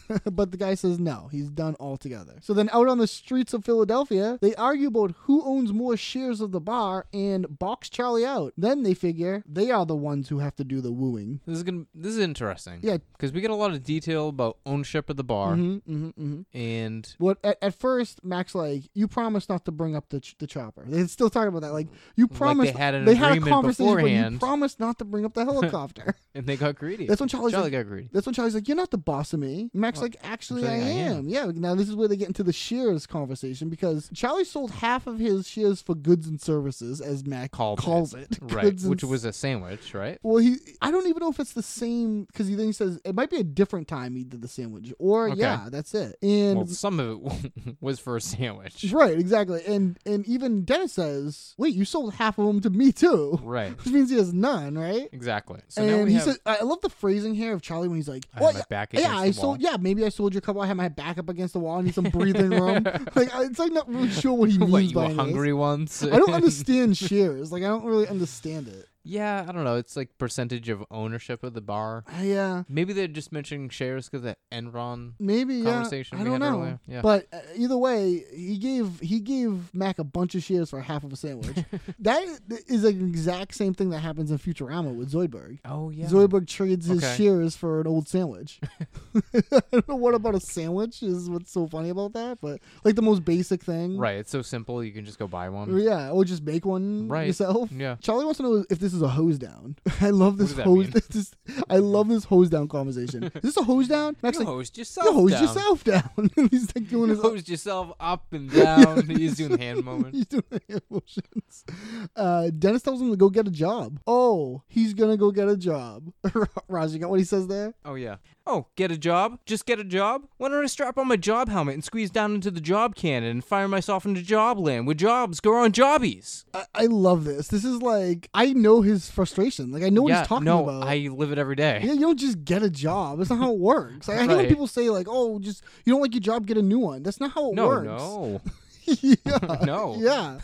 Speaker 4: yeah. but the guy says no, he's done altogether. So then out on the streets of Philadelphia, they argue about who owns more shares of the bar and box Charlie out. Then they figure they are the ones who have to do the wooing.
Speaker 1: This is gonna. This is interesting.
Speaker 4: Yeah.
Speaker 1: because we get a lot of detail about ownership of the bar,
Speaker 4: hmm hmm
Speaker 1: and
Speaker 4: What at, at first Max like you promised not to bring up the ch- the chopper. They still talk about that. Like you promised
Speaker 1: had an
Speaker 4: a
Speaker 1: agreement
Speaker 4: conversation, but you
Speaker 1: beforehand.
Speaker 4: promised not to bring up the helicopter.
Speaker 1: and they got greedy.
Speaker 4: That's when Charlie's
Speaker 1: Charlie
Speaker 4: like-
Speaker 1: got greedy.
Speaker 4: That's when Charlie's like, "You're not the boss of me." Max like, "Actually, I,
Speaker 1: actually, I
Speaker 4: am.
Speaker 1: am."
Speaker 4: Yeah. Now this is where they get into the shares conversation because Charlie sold half of his shares for goods and services, as Max
Speaker 1: Called
Speaker 4: calls it,
Speaker 1: Right,
Speaker 4: Goods and
Speaker 1: which
Speaker 4: s-
Speaker 1: was a sandwich, right?
Speaker 4: well, he. I don't even know if it's the same because he then he says it might be a different time he did the sandwich, or
Speaker 1: Okay.
Speaker 4: yeah, that's it. And
Speaker 1: Well, some of it was for a sandwich.
Speaker 4: right, exactly. And and even Dennis says, "Wait, you sold half of them to me too,"
Speaker 1: Right,
Speaker 4: which means he has none, right?
Speaker 1: exactly. So now
Speaker 4: and
Speaker 1: we
Speaker 4: he
Speaker 1: have.
Speaker 4: says, I love the phrasing here of Charlie when he's like,
Speaker 1: I had
Speaker 4: "Well,
Speaker 1: my
Speaker 4: yeah,
Speaker 1: back
Speaker 4: yeah,
Speaker 1: against
Speaker 4: I
Speaker 1: the
Speaker 4: sold,
Speaker 1: wall."
Speaker 4: yeah, maybe I sold your couple. I had my back up against the wall. I need some breathing room. Like, I- it's like not really sure what he means
Speaker 1: what you
Speaker 4: by
Speaker 1: were
Speaker 4: this.
Speaker 1: hungry once?
Speaker 4: I don't understand shares. Like, I don't really understand it.
Speaker 1: yeah, I don't know. It's like percentage of ownership of the bar.
Speaker 4: I, yeah,
Speaker 1: Maybe they're just mentioning shares because that Enron
Speaker 4: maybe yeah.
Speaker 1: Conversation
Speaker 4: I
Speaker 1: we
Speaker 4: don't
Speaker 1: had
Speaker 4: know.
Speaker 1: earlier. Yeah.
Speaker 4: But uh, either way, he gave he gave Mac a bunch of shares for half of a sandwich. that is an exact same thing that happens in Futurama with Zoidberg.
Speaker 1: Oh yeah.
Speaker 4: Zoidberg trades his
Speaker 1: Okay.
Speaker 4: shears for an old sandwich. I don't know what about a sandwich is what's so funny about that, but like the most basic thing.
Speaker 1: Right. It's so simple. You can just go buy one.
Speaker 4: Yeah, or just make one
Speaker 1: Right.
Speaker 4: yourself.
Speaker 1: Yeah.
Speaker 4: Charlie wants to know if this this is a hose down. I love this
Speaker 1: does that
Speaker 4: hose.
Speaker 1: mean?
Speaker 4: This is, I love this hose down conversation. is this a hose down? Max
Speaker 1: You
Speaker 4: like
Speaker 1: hosed yourself
Speaker 4: you hose
Speaker 1: down.
Speaker 4: yourself down. And he's like doing
Speaker 1: You
Speaker 4: his
Speaker 1: hosed yourself up and down. He's doing hand movements.
Speaker 4: He's doing the hand motions. Uh, Dennis tells him to go get a job. Oh, he's gonna go get a job. Raj, you got what he says there?
Speaker 1: Oh yeah. Oh, get a job? Just get a job? Why don't I strap on my job helmet and squeeze down into the job cannon and fire myself into job land where jobs go on jobbies?
Speaker 4: I, I love this. This is like I know his frustration. Like I know what
Speaker 1: yeah,
Speaker 4: he's talking
Speaker 1: no,
Speaker 4: about.
Speaker 1: I live it every day.
Speaker 4: yeah, you don't just get a job. That's not how it works. Like, I hate when
Speaker 1: Right.
Speaker 4: people say like, "Oh, just you don't like your job, get a new one." That's not how it
Speaker 1: no,
Speaker 4: works.
Speaker 1: no,
Speaker 4: yeah,
Speaker 1: no.
Speaker 4: yeah,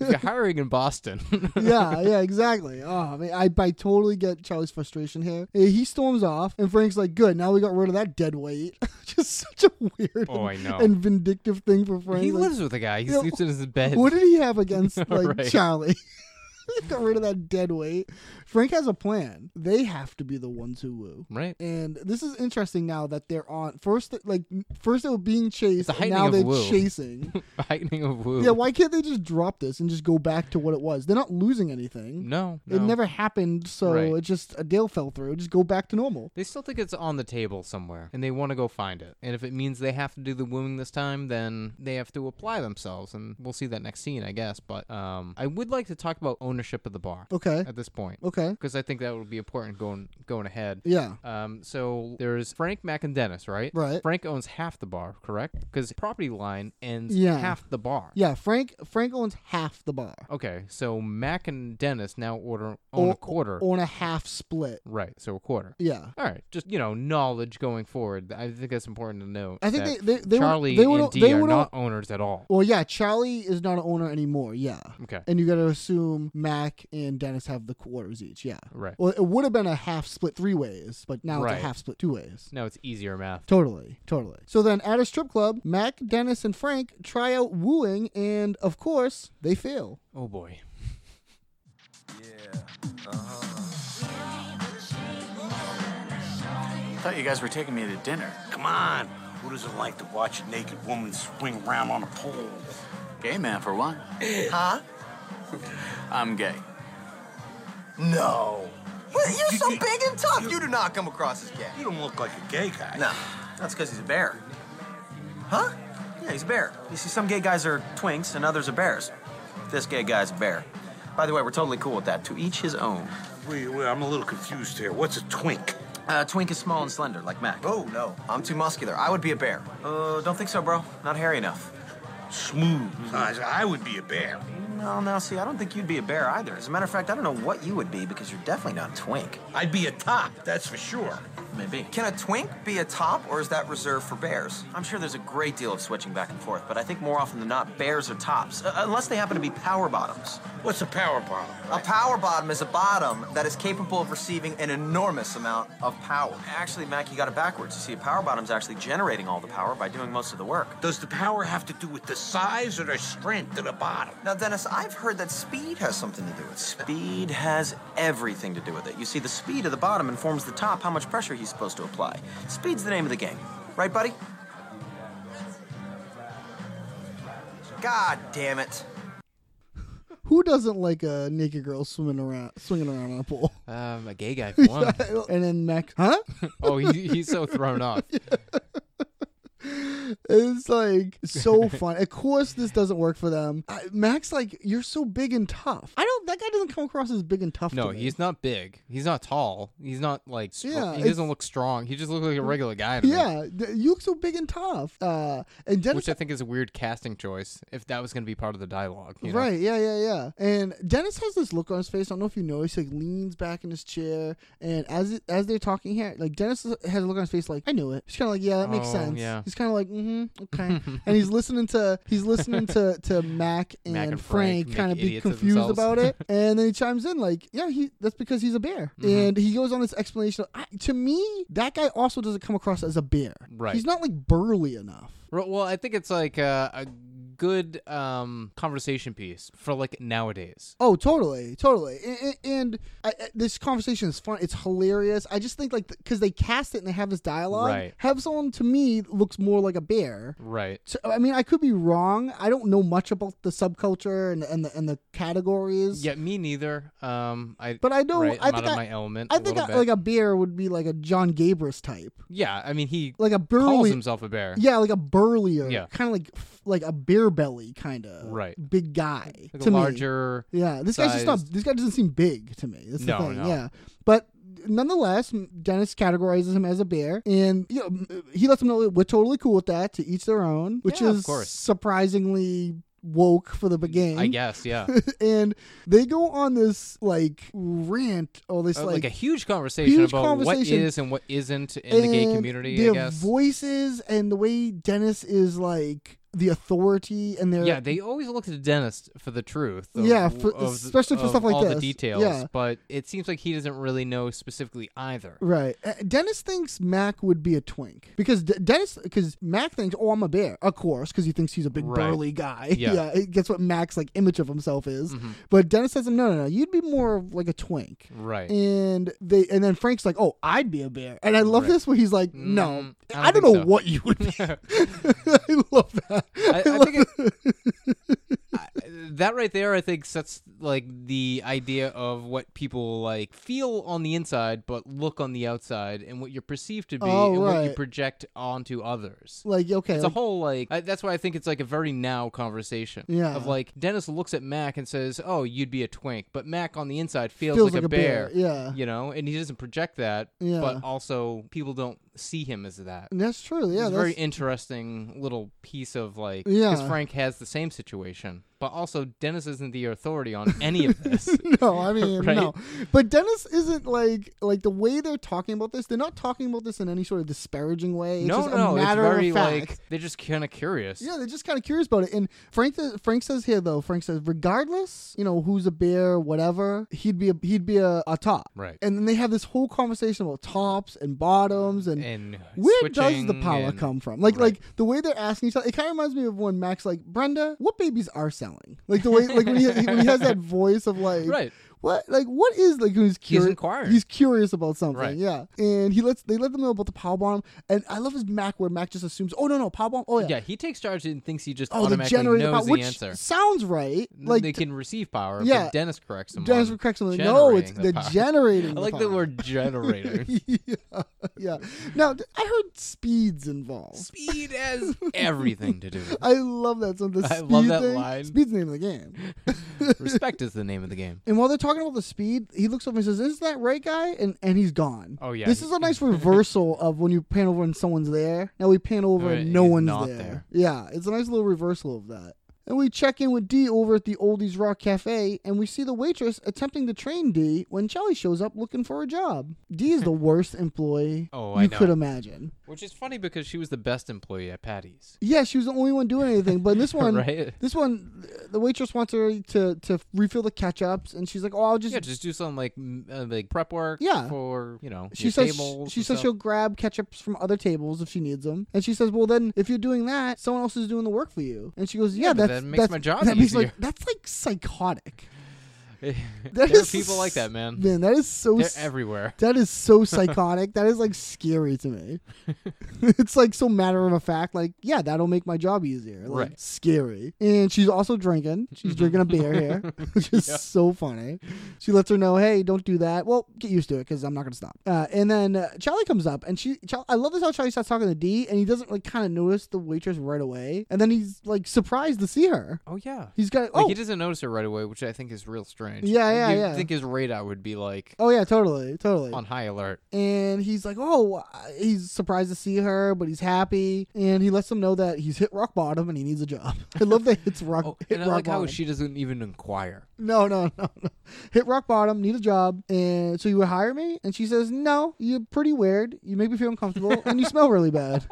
Speaker 1: You're hiring in Boston.
Speaker 4: yeah, yeah, exactly. Oh, I mean, I, I totally get Charlie's frustration here. Eh, He storms off, and Frank's like, "Good, now we got rid of that dead weight." Just such a weird
Speaker 1: Oh, I
Speaker 4: and,
Speaker 1: know.
Speaker 4: and vindictive thing for Frank.
Speaker 1: he
Speaker 4: Like,
Speaker 1: lives with a guy. He
Speaker 4: you know,
Speaker 1: sleeps in his bed.
Speaker 4: What did he have against like
Speaker 1: Right.
Speaker 4: Charlie? got rid of that dead weight. Frank has a plan. They have to be the ones who woo.
Speaker 1: right.
Speaker 4: And this is interesting now that they're on first, like first they were being chased,
Speaker 1: the
Speaker 4: and now
Speaker 1: heightening
Speaker 4: they're
Speaker 1: of woo.
Speaker 4: chasing.
Speaker 1: Heightening of woo.
Speaker 4: yeah, why can't they just drop this and just go back to what it was? They're not losing anything.
Speaker 1: no,
Speaker 4: It
Speaker 1: no.
Speaker 4: never happened, so
Speaker 1: Right.
Speaker 4: it just a deal fell through. Just go back to normal.
Speaker 1: They still think it's on the table somewhere, and they want to go find it. And if it means they have to do the wooing this time, then they have to apply themselves, and we'll see that next scene, I guess. But um, I would like to talk about ownership of the bar
Speaker 4: Okay.
Speaker 1: at this point,
Speaker 4: Okay.
Speaker 1: because I think that would be important going going ahead.
Speaker 4: Yeah.
Speaker 1: Um, so there's Frank, Mac, and Dennis, right?
Speaker 4: Right.
Speaker 1: Frank owns half the bar, correct? Because property line ends
Speaker 4: Yeah.
Speaker 1: half the bar.
Speaker 4: Yeah. Frank Frank owns half the bar.
Speaker 1: Okay, so Mac and Dennis now order own
Speaker 4: Or-
Speaker 1: a quarter.
Speaker 4: On a half split.
Speaker 1: right, so a quarter.
Speaker 4: Yeah.
Speaker 1: All right, just you know, knowledge going forward. I think that's important to note.
Speaker 4: I think
Speaker 1: that
Speaker 4: they- they- they would-
Speaker 1: Charlie
Speaker 4: they would-
Speaker 1: and D
Speaker 4: they
Speaker 1: are
Speaker 4: would-
Speaker 1: not owners at all.
Speaker 4: Well, yeah, Charlie is not an owner anymore. Yeah.
Speaker 1: Okay.
Speaker 4: And you got to assume Mac and Dennis have the quarters each. Yeah.
Speaker 1: Right.
Speaker 4: Well, it would have been a half split three ways, but now
Speaker 1: Right.
Speaker 4: it's a half split two ways.
Speaker 1: Now it's easier math.
Speaker 4: Totally, totally. So then at a strip club, Mac, Dennis, and Frank try out wooing, and of course, they fail.
Speaker 1: Oh boy.
Speaker 5: Thought you guys were taking me to dinner.
Speaker 6: Come on. Who doesn't like to watch a naked woman swing around on a pole?
Speaker 5: Gay man for one. Huh? I'm gay.
Speaker 6: No.
Speaker 2: What? You're so big and tough. You do not come across as gay.
Speaker 6: You don't look like a gay guy.
Speaker 7: No, that's because he's a bear. Huh? Yeah, he's a bear. You see, some gay guys are twinks and others are bears. This gay guy's a bear. By the way, we're totally cool with that. To each his own.
Speaker 6: Wait, wait, I'm a little confused here. What's a twink?
Speaker 7: Uh, twink is small and slender, like Mac.
Speaker 2: Oh no.
Speaker 7: I'm too muscular. I would be a bear. Uh, don't think so, bro. Not hairy enough.
Speaker 6: Smooth. I, I would be a bear.
Speaker 7: No, no, see, I don't think you'd be a bear either. As a matter of fact, I don't know what you would be because you're definitely not a twink.
Speaker 6: I'd be a top, that's for sure.
Speaker 7: Maybe.
Speaker 8: Can a twink be a top, or is that reserved for bears?
Speaker 7: I'm sure there's a great deal of switching back and forth, but I think more often than not, bears are tops, uh, unless they happen to be power bottoms.
Speaker 6: What's a power bottom?
Speaker 8: A power bottom is a bottom that is capable of receiving an enormous amount of power.
Speaker 7: Actually, Mac, you got it backwards. You see, a power bottom's actually generating all the power by doing most of the work.
Speaker 6: Does the power have to do with the size or the strength of the bottom?
Speaker 8: Now, Dennis, I've heard that speed has something to do with it.
Speaker 7: Speed has everything to do with it. You see, the speed of the bottom informs the top how much pressure he's supposed to apply. Speed's the name of the game.
Speaker 8: Right, buddy? God damn it.
Speaker 4: Who doesn't like a naked girl swimming around, swinging around on a pool?
Speaker 1: Um, a gay guy for one.
Speaker 4: And then Mac, huh?
Speaker 1: oh, he, he's so thrown off.
Speaker 4: It's like so fun. Of course, this doesn't work for them. I, Mac's like, you're so big and tough. I don't. That guy doesn't come across as big and tough.
Speaker 1: No,
Speaker 4: to me.
Speaker 1: he's not big. He's not tall. He's not like. Str-
Speaker 4: Yeah,
Speaker 1: he
Speaker 4: it's- Mm.
Speaker 1: doesn't look strong. He just looks like a regular guy. To me,
Speaker 4: Yeah, th- you look so big and tough. Uh, and Dennis
Speaker 1: Which I think is a weird casting choice. If that was going to be part of the dialogue, you know?
Speaker 4: Right, yeah, yeah, yeah. And Dennis has this look on his face. I don't know if you noticed. Like leans back in his chair, and as it, as they're talking here, like Dennis has a look on his face, like I knew it. He's kind of like, yeah, that makes
Speaker 1: Oh,
Speaker 4: sense.
Speaker 1: yeah.
Speaker 4: He's kind of like, mm-hmm, okay. and he's listening to he's listening to to Mac and,
Speaker 1: Mac and Frank
Speaker 4: Frank,
Speaker 1: make
Speaker 4: kind of be
Speaker 1: idiots of
Speaker 4: confused
Speaker 1: themselves.
Speaker 4: about it, and then he chimes in like, yeah, he that's because he's a bear,
Speaker 1: Mm-hmm.
Speaker 4: and he goes on this explanation. I, to me, that guy also doesn't come across as a bear.
Speaker 1: Right.
Speaker 4: He's not like burly enough.
Speaker 1: Ro- Well, I think it's like uh, a good um, conversation piece for like nowadays.
Speaker 4: Oh, totally, totally. And, and I, I- this conversation is fun. It's hilarious. I just think like because they cast it and they have this dialogue.
Speaker 1: Right.
Speaker 4: Hebzon to me looks more like a bear.
Speaker 1: Right.
Speaker 4: So, I mean, I could be wrong. I don't know much about the subculture and and the, and the categories.
Speaker 1: Yeah, me neither. Um, I
Speaker 4: But I know.
Speaker 1: right,
Speaker 4: I
Speaker 1: I'm
Speaker 4: think
Speaker 1: out of
Speaker 4: I,
Speaker 1: my element.
Speaker 4: I
Speaker 1: a
Speaker 4: think
Speaker 1: little
Speaker 4: I,
Speaker 1: bit.
Speaker 4: like a bear would be like a John Gabris type,
Speaker 1: yeah. I mean, he
Speaker 4: like a
Speaker 1: calls
Speaker 4: burly.
Speaker 1: himself a bear.
Speaker 4: Yeah, like a burlier.
Speaker 1: Yeah.
Speaker 4: Kind of like like a beer belly kind of.
Speaker 1: Right.
Speaker 4: Big guy.
Speaker 1: like
Speaker 4: to
Speaker 1: a
Speaker 4: me.
Speaker 1: larger.
Speaker 4: Yeah, this guy's just
Speaker 1: sized-
Speaker 4: not. This guy doesn't seem big to me. That's the
Speaker 1: No,
Speaker 4: thing.
Speaker 1: no.
Speaker 4: Yeah, but nonetheless, m- Dennis categorizes him as a bear, and you know, m- he lets him know that we're totally cool with that. To each their own, which
Speaker 1: Yeah, of
Speaker 4: is
Speaker 1: course.
Speaker 4: surprisingly woke for the beginning.
Speaker 1: I guess. Yeah.
Speaker 4: and they go on this like rant or this
Speaker 1: Uh,
Speaker 4: like,
Speaker 1: like, a huge conversation
Speaker 4: huge
Speaker 1: about
Speaker 4: conversation.
Speaker 1: what is and what isn't in the gay
Speaker 4: and
Speaker 1: community.
Speaker 4: Their
Speaker 1: I guess.
Speaker 4: voices and the way Dennis is like the authority and their
Speaker 1: yeah, they always look to the dentist for the truth. Of,
Speaker 4: Yeah, for-
Speaker 1: of the-
Speaker 4: especially for
Speaker 1: of
Speaker 4: stuff like
Speaker 1: all the
Speaker 4: this.
Speaker 1: details.
Speaker 4: Yeah.
Speaker 1: but it seems like he doesn't really know specifically either.
Speaker 4: Right. Uh, Dennis thinks Mac would be a twink because D- Dennis, because Mac thinks, oh, I'm a bear, of course, because he thinks he's a big
Speaker 1: Right.
Speaker 4: burly guy.
Speaker 1: Yeah. Mm-hmm.
Speaker 4: That's what Mac's like image of himself is. But Dennis says, no, no, no, you'd be more of like a twink.
Speaker 1: Right.
Speaker 4: And they, and then Frank's like, oh, I'd be a bear, and I love this where he's like, no,
Speaker 1: Mm, I don't
Speaker 4: I don't,
Speaker 1: think
Speaker 4: know
Speaker 1: so."
Speaker 4: what you would be. I love that.
Speaker 1: I, I
Speaker 4: love
Speaker 1: think it, I- that right there, I think sets like the idea of what people like feel on the inside, but look on the outside, and what you're perceived to be,
Speaker 4: Oh,
Speaker 1: and what you
Speaker 4: right.
Speaker 1: project onto others.
Speaker 4: like okay,
Speaker 1: It's
Speaker 4: like-
Speaker 1: a whole like I, that's why I think it's like a very now conversation.
Speaker 4: Yeah.
Speaker 1: Of like Dennis looks at Mac and says, "Oh, you'd be a twink," but Mac on the inside feels,
Speaker 4: Feels
Speaker 1: like, a, bear,
Speaker 4: yeah.
Speaker 1: You know, and he doesn't project that.
Speaker 4: Yeah.
Speaker 1: But also, people don't see him as that.
Speaker 4: that's true. Yeah,
Speaker 1: it's a
Speaker 4: that's,
Speaker 1: very interesting little piece of like because
Speaker 4: Yeah.
Speaker 1: Frank has the same situation, but also Dennis isn't the authority on any of this.
Speaker 4: No, I mean
Speaker 1: Right?
Speaker 4: no. But Dennis isn't like like the way they're talking about this. They're not talking about this in any sort of disparaging way. It's
Speaker 1: no,
Speaker 4: just
Speaker 1: no,
Speaker 4: a
Speaker 1: it's
Speaker 4: matter
Speaker 1: very
Speaker 4: of fact.
Speaker 1: like they're just kind of curious.
Speaker 4: yeah, they're just kind of curious about it. And Frank, Frank says here though. Frank says, regardless, you know, who's a bear, whatever, he'd be a he'd be a, a top.
Speaker 1: Right.
Speaker 4: And then they have this whole conversation about tops and bottoms and,
Speaker 1: And
Speaker 4: where does the
Speaker 1: switching
Speaker 4: power
Speaker 1: and-
Speaker 4: come from? Like
Speaker 1: Right.
Speaker 4: like the way they're asking each other. It kind of reminds me of when Max like Brenda, what babies are selling? Like the way like when he, when he has that voice of like
Speaker 1: Right.
Speaker 4: what like what is like he's curious
Speaker 1: inquiring.
Speaker 4: he's curious about something
Speaker 1: Right.
Speaker 4: yeah and he lets they let them know about the power bomb and i love his mac where mac just assumes oh no no power bomb oh yeah,
Speaker 1: Yeah, he takes charge and thinks he just
Speaker 4: oh the
Speaker 1: automatically
Speaker 4: generator
Speaker 1: knows
Speaker 4: power
Speaker 1: the
Speaker 4: which
Speaker 1: answer.
Speaker 4: sounds right like
Speaker 1: they can receive power.
Speaker 4: yeah.
Speaker 1: but Dennis corrects them.
Speaker 4: Dennis
Speaker 1: on
Speaker 4: corrects him. No,
Speaker 1: generating
Speaker 4: it's
Speaker 1: the
Speaker 4: the
Speaker 1: power.
Speaker 4: generating.
Speaker 1: I like the
Speaker 4: power.
Speaker 1: word generator.
Speaker 4: yeah, yeah. Now th- I heard speeds involved.
Speaker 1: Speed has everything to do. with it.
Speaker 4: I love that. So the
Speaker 1: I
Speaker 4: speed
Speaker 1: love that
Speaker 4: thing-
Speaker 1: line.
Speaker 4: Speed's the name of the game.
Speaker 1: Respect is the name of the game.
Speaker 4: And while they're talking about the speed, he looks over and says, "Is that right, guy?" And and he's gone.
Speaker 1: Oh, yeah.
Speaker 4: This is a nice reversal of when you pan over and someone's there. Now we pan over
Speaker 1: Right,
Speaker 4: and no
Speaker 1: he's
Speaker 4: one's
Speaker 1: not
Speaker 4: there.
Speaker 1: there.
Speaker 4: Yeah, it's a nice little reversal of that. And we check in with D over at the Oldies Rock Cafe, and we see the waitress attempting to train D when Charlie shows up looking for a job. D is the worst employee
Speaker 1: Oh,
Speaker 4: you
Speaker 1: I know.
Speaker 4: could imagine.
Speaker 1: Which is funny because she was the best employee at Patty's.
Speaker 4: Yeah, she was the only one doing anything. But in this one,
Speaker 1: Right.
Speaker 4: this one, the waitress wants her to to refill the ketchups, and she's like, "Oh, I'll just
Speaker 1: Yeah, just do some like m- uh, like prep work.
Speaker 4: Yeah.
Speaker 1: for you know
Speaker 4: She
Speaker 1: your
Speaker 4: says
Speaker 1: tables
Speaker 4: she
Speaker 1: and
Speaker 4: says
Speaker 1: stuff.
Speaker 4: she'll grab ketchups from other tables if she needs them, and she says, "Well, then if you're doing that, someone else is doing the work for you." And she goes, "Yeah,
Speaker 1: but
Speaker 4: that's
Speaker 1: that makes
Speaker 4: that's-
Speaker 1: my job
Speaker 4: that makes my-
Speaker 1: easier."
Speaker 4: that's like psychotic.
Speaker 1: there
Speaker 4: That
Speaker 1: are
Speaker 4: is
Speaker 1: people like that,
Speaker 4: s-
Speaker 1: man.
Speaker 4: Man, that is so
Speaker 1: They're
Speaker 4: s-
Speaker 1: everywhere.
Speaker 4: that is so psychotic. that is like scary to me. it's like so matter of a fact. Like, yeah, that'll make my job easier. Like,
Speaker 1: Right. Mm-hmm.
Speaker 4: Scary. And she's also drinking. She's drinking a beer here, which is so funny. She lets her know, hey, don't do that. Well, get used to it because I'm not gonna stop. Uh, and then uh, Charlie comes up, and she, Char- I love this how Charlie starts talking to D, and he doesn't like kind of notice the waitress right away, and then he's like surprised to see her.
Speaker 1: Oh yeah,
Speaker 4: He's got
Speaker 1: like
Speaker 4: oh.
Speaker 1: he doesn't notice her right away, which I think is real strange.
Speaker 4: Yeah,
Speaker 1: Like,
Speaker 4: yeah,
Speaker 1: you'd
Speaker 4: yeah.
Speaker 1: Think his radar would be like
Speaker 4: Oh yeah, totally, totally.
Speaker 1: on high alert.
Speaker 4: and he's like, "Oh, uh, he's surprised to see her, but he's happy." And he lets them know that he's hit rock bottom and he needs a job. I love that it's rock.
Speaker 1: Oh,
Speaker 4: hit
Speaker 1: and I
Speaker 4: rock
Speaker 1: like how
Speaker 4: bottom.
Speaker 1: she doesn't even inquire.
Speaker 4: No, no, no, no. Hit rock bottom, need a job, and so you would hire me? And she says, "No, you're pretty weird. You make me feel uncomfortable, and you smell really bad."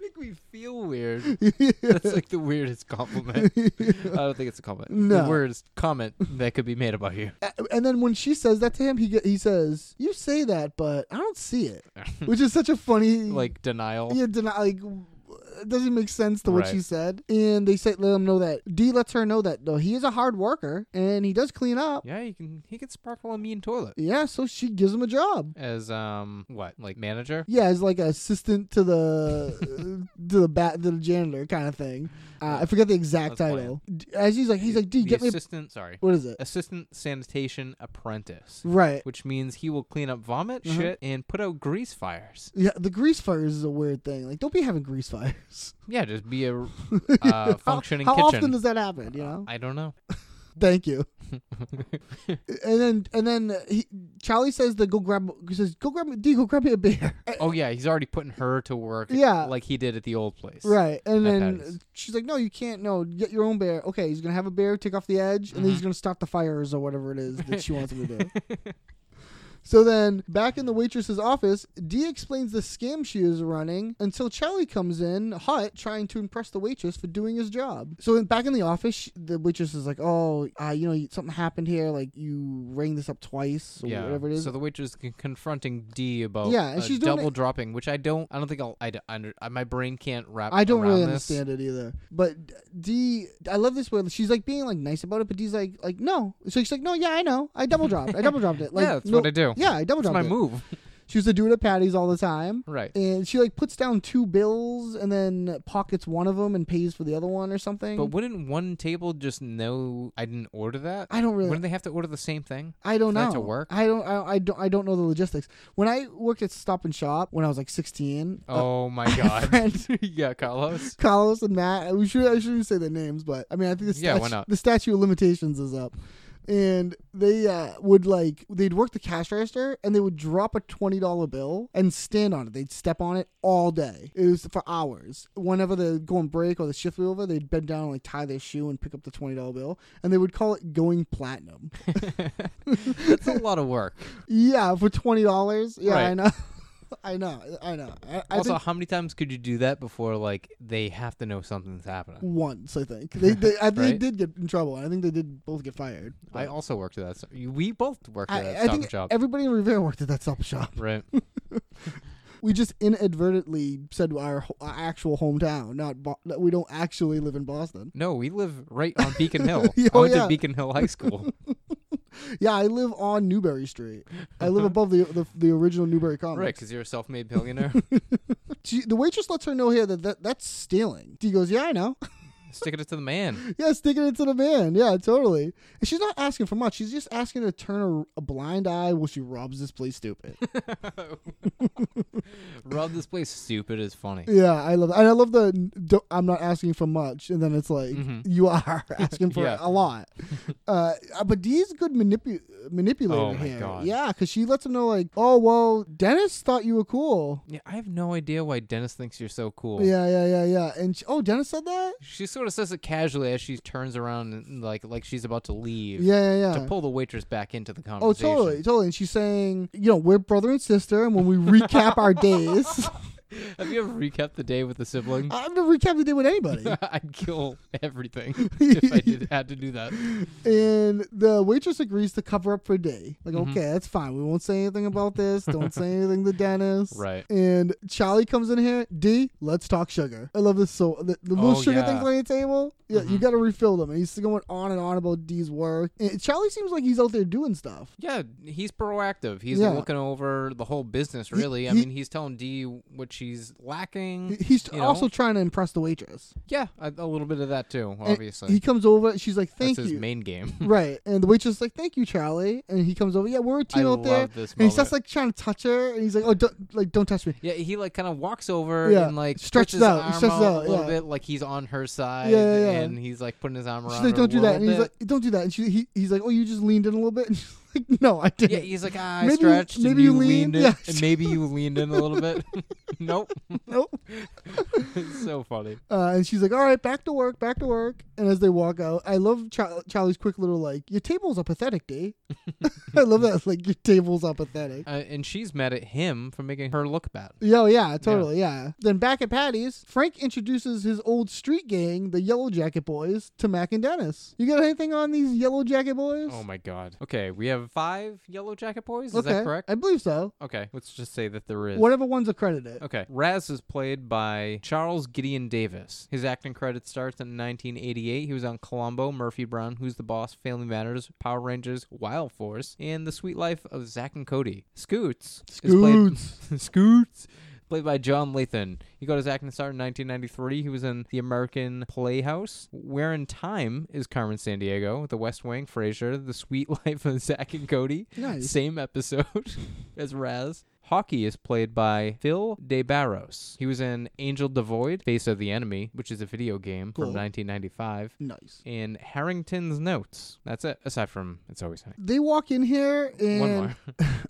Speaker 1: make me feel weird. That's like the weirdest compliment. I don't think it's a compliment.
Speaker 4: No.
Speaker 1: The weirdest comment that could be made about you.
Speaker 4: And then when she says that to him, he ge- he says, "You say that, but I don't see it," which is such a funny
Speaker 1: Like denial.
Speaker 4: Yeah, deny like it doesn't make sense to what
Speaker 1: Right.
Speaker 4: she said. And they say, let him know that. D lets her know that, though, he is a hard worker and he does clean up.
Speaker 1: Yeah, he can he can sparkle a mean toilet.
Speaker 4: Yeah, so she gives him a job.
Speaker 1: As um what, like manager?
Speaker 4: Yeah, as like an assistant to the to the bat to the janitor kind of thing. Uh, I forget the exact
Speaker 1: That's
Speaker 4: title. D- As he's like, he's like, D,
Speaker 1: the
Speaker 4: get me. A,
Speaker 1: assistant sorry.
Speaker 4: what is it?
Speaker 1: Assistant sanitation apprentice.
Speaker 4: Right.
Speaker 1: Which means he will clean up vomit,
Speaker 4: Uh-huh.
Speaker 1: shit, and put out grease fires.
Speaker 4: Yeah, the grease fires is a weird thing. Like, don't be having grease fires.
Speaker 1: Yeah, just be a uh, functioning
Speaker 4: how, how
Speaker 1: kitchen.
Speaker 4: often does that happen? You know.
Speaker 1: I don't know.
Speaker 4: Thank you. and then and then he, Charlie says to go grab he says go grab D go grab me a beer.
Speaker 1: Oh yeah, he's already putting her to work.
Speaker 4: Eh, Yeah.
Speaker 1: like he did at the old place.
Speaker 4: Right, and
Speaker 1: At
Speaker 4: then
Speaker 1: Patty's.
Speaker 4: she's like, "No, you can't. No, get your own bear. Okay, he's gonna have a bear, take off the edge, and then
Speaker 1: Mm-hmm.
Speaker 4: he's gonna start the fires or whatever it is that she wants him to do." So then, back in the waitress's office, Dee explains the scam she is running until Charlie comes in hot, trying to impress the waitress for doing his job. So in, back in the office, she, the waitress is like, "Oh, uh, you know, something happened here. Like you rang this up twice, or
Speaker 1: Yeah.
Speaker 4: whatever it is."
Speaker 1: So the waitress is confronting D about
Speaker 4: Yeah, and
Speaker 1: uh,
Speaker 4: she's doing
Speaker 1: double
Speaker 4: it-
Speaker 1: dropping, which I don't. I don't think I'll. I, d- under- I- my brain can't wrap.
Speaker 4: I don't really
Speaker 1: around this.
Speaker 4: understand it either. But D, I love this way. She's like being like nice about it, but D's like like no. So she's like, no, yeah, I know. I double dropped. I double dropped it. Like,
Speaker 1: yeah, that's
Speaker 4: no-
Speaker 1: what I do.
Speaker 4: Yeah, I double
Speaker 1: That's
Speaker 4: dropped
Speaker 1: my
Speaker 4: it.
Speaker 1: move.
Speaker 4: She used to do it at Patty's all the time.
Speaker 1: Right.
Speaker 4: And she like puts down two bills and then pockets one of them and pays for the other one or something.
Speaker 1: But wouldn't one table just know I didn't order that?
Speaker 4: I don't really-
Speaker 1: Wouldn't they have to order the same thing?
Speaker 4: I don't
Speaker 1: for
Speaker 4: know.
Speaker 1: That to work.
Speaker 4: I don't. I, I don't. I don't know the logistics. When I worked at Stop and Shop when I was like sixteen, uh,
Speaker 1: oh my god.
Speaker 4: friend-
Speaker 1: yeah, Carlos.
Speaker 4: Carlos and Matt. We should I shouldn't say their names, but I mean I think the
Speaker 1: Yeah,
Speaker 4: statue,
Speaker 1: why not?
Speaker 4: the statute of limitations is up. And they uh, would like they'd work the cash register and they would drop a twenty dollar bill and stand on it. They'd step on it all day. It was for hours. Whenever they go on break or the shift was over, they'd bend down and like tie their shoe and pick up the twenty dollar bill. And they would call it going platinum.
Speaker 1: That's a lot of work.
Speaker 4: yeah, for twenty dollars. Yeah, I
Speaker 1: Right.
Speaker 4: know. I know. I know. I, I
Speaker 1: also,
Speaker 4: think-
Speaker 1: how many times could you do that before like they have to know something's happening?
Speaker 4: once I think they they, I, think they
Speaker 1: Right.
Speaker 4: did get in trouble. I think they did both get fired.
Speaker 1: I also worked at that. sto- We both worked at that
Speaker 4: I, I
Speaker 1: stop
Speaker 4: think
Speaker 1: and shop.
Speaker 4: everybody in Revere worked at that stop shop.
Speaker 1: right.
Speaker 4: We just inadvertently said our, ho- our actual hometown, not Bo- that we don't actually live in Boston.
Speaker 1: No, we live right on Beacon Hill.
Speaker 4: Yeah,
Speaker 1: I went
Speaker 4: yeah.
Speaker 1: to Beacon Hill High School.
Speaker 4: Yeah, I live on Newberry Street. I live above the the, the original Newberry Commons.
Speaker 1: right, because you're a self-made billionaire.
Speaker 4: She, the waitress lets her know here that, that that's stealing. Dee goes, "Yeah, I know."
Speaker 1: Sticking it to the man.
Speaker 4: yeah, sticking it to the man. Yeah, totally. And she's not asking for much. She's just asking to turn a, a blind eye while she robs this place stupid.
Speaker 1: Rob this place stupid is funny.
Speaker 4: Yeah, I love that. And I love the do I'm not asking for much. And then it's like, you are asking for
Speaker 1: Mm-hmm. Yeah.
Speaker 4: a lot. Uh, but Dee's a good manipu- manipulator
Speaker 1: Oh my
Speaker 4: here.
Speaker 1: God.
Speaker 4: Yeah, because she lets him know, like, oh, well, Dennis thought you were cool.
Speaker 1: Yeah, I have no idea why Dennis thinks you're so cool.
Speaker 4: Yeah, yeah, yeah, yeah. And she, oh, Dennis said that?
Speaker 1: She sort of says it casually as she turns around and like like she's about to leave.
Speaker 4: Yeah, yeah, yeah.
Speaker 1: To pull the waitress back into the
Speaker 4: Oh,
Speaker 1: conversation.
Speaker 4: totally, totally. And she's saying, you know, we're brother and sister. And when we recap our days,
Speaker 1: Have you ever recapped the day with a sibling?
Speaker 4: I've never recapped the day with anybody.
Speaker 1: I'd kill everything if I did, had to do that.
Speaker 4: And the waitress agrees to cover up for a day. Like,
Speaker 1: Mm-hmm.
Speaker 4: okay, that's fine. We won't say anything about this. Don't say anything to Dennis.
Speaker 1: Right.
Speaker 4: And Charlie comes in here. D, let's talk sugar. I love this so. The, the little
Speaker 1: Oh,
Speaker 4: sugar
Speaker 1: yeah. Mm-hmm.
Speaker 4: things on your table. Yeah, you got to refill them. And he's going on and on about D's work. And Charlie seems like he's out there doing stuff.
Speaker 1: Yeah, he's proactive. He's
Speaker 4: Yeah.
Speaker 1: looking over the whole business, really. I
Speaker 4: he-
Speaker 1: mean, he's telling Dee what she's lacking.
Speaker 4: He's
Speaker 1: you know?
Speaker 4: also trying to impress the waitress.
Speaker 1: yeah, a, a little bit of that too,
Speaker 4: And
Speaker 1: obviously.
Speaker 4: he comes over. She's like, "Thank
Speaker 1: That's his
Speaker 4: you."
Speaker 1: main game.
Speaker 4: Right, and the waitress is like, "Thank you, Charlie." And he comes over. Yeah, we're a team
Speaker 1: I
Speaker 4: out there.
Speaker 1: love this
Speaker 4: and he starts
Speaker 1: moment.
Speaker 4: like trying to touch her, and he's like, "Oh, don't, like don't touch me."
Speaker 1: yeah, he like kind of walks over
Speaker 4: Yeah,
Speaker 1: and like
Speaker 4: stretches
Speaker 1: his
Speaker 4: out,
Speaker 1: arm
Speaker 4: stretches
Speaker 1: out,
Speaker 4: out,
Speaker 1: a little
Speaker 4: yeah.
Speaker 1: bit, like he's on her side,
Speaker 4: Yeah, yeah, yeah.
Speaker 1: and he's like putting his arm around.
Speaker 4: She's like,
Speaker 1: her
Speaker 4: "Don't
Speaker 1: a
Speaker 4: do that,"
Speaker 1: little
Speaker 4: and he's like,
Speaker 1: bit.
Speaker 4: "Don't do that." And she, he, he's like, "Oh, you just leaned in a little bit." And she's like, "No, I didn't."
Speaker 1: Yeah, he's like, ah, I
Speaker 4: Maybe you-
Speaker 1: stretched. and
Speaker 4: maybe you
Speaker 1: you leaned,
Speaker 4: leaned,
Speaker 1: in,
Speaker 4: yeah.
Speaker 1: and maybe you leaned in a little bit. nope,
Speaker 4: nope.
Speaker 1: it's so funny.
Speaker 4: Uh, and she's like, "All right, back to work, back to work." And as they walk out, I love Char- Charlie's quick little like, "Your tables are pathetic, D." I love that. Like, your tables are pathetic.
Speaker 1: Uh, and she's mad at him for making her look bad.
Speaker 4: Yo, yeah, totally, yeah. Then back at Patty's, Frank introduces his old street gang, the Yellow Jacket Boys, to Mac and Dennis. You got anything on these Yellow Jacket Boys?
Speaker 1: Oh my god. Okay, we have have five Yellow Jacket boys. Is
Speaker 4: okay,
Speaker 1: that correct?
Speaker 4: I believe so.
Speaker 1: Okay, let's just say that there is.
Speaker 4: Whatever one's accredited.
Speaker 1: Okay. Raz is played by Charles Gideon Davis. His acting credit starts in 1988. He was on Columbo, Murphy Brown, Who's the Boss, Family Matters, Power Rangers, Wild Force, and The Sweet Life of Zack and Cody. Scoots. Is played, Scoots. Played by John Lathan. He got his acting start in 1993. He was in The American Playhouse. Where in Time is Carmen Sandiego, The West Wing, Frasier, The Sweet Life of Zack and Cody.
Speaker 4: Nice.
Speaker 1: Same episode as Raz. Hockey is played by Phil De Barros. He was in Angel Devoid, Face of the Enemy, which is a video game
Speaker 4: Cool.
Speaker 1: from 1995,
Speaker 4: Nice.
Speaker 1: and Harrington's Notes. That's it, aside from It's Always Honey.
Speaker 4: They walk in here and
Speaker 1: One more.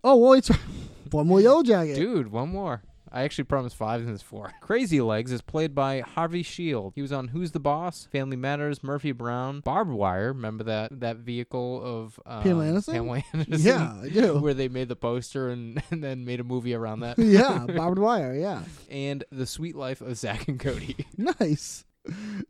Speaker 4: oh well, it's one more yellow jacket.
Speaker 1: Dude, one more. I actually promised five and it's four. Crazy Legs is played by Harvey Shield. He was on Who's the Boss, Family Matters, Murphy Brown, Barbed Wire. Remember that that vehicle of um,
Speaker 4: Pamela Anderson?
Speaker 1: Pamela Anderson?
Speaker 4: Yeah, I do.
Speaker 1: Where they made the poster and, and then made a movie around that.
Speaker 4: yeah, barbed wire. Yeah,
Speaker 1: and The Sweet Life of Zach and Cody.
Speaker 4: nice.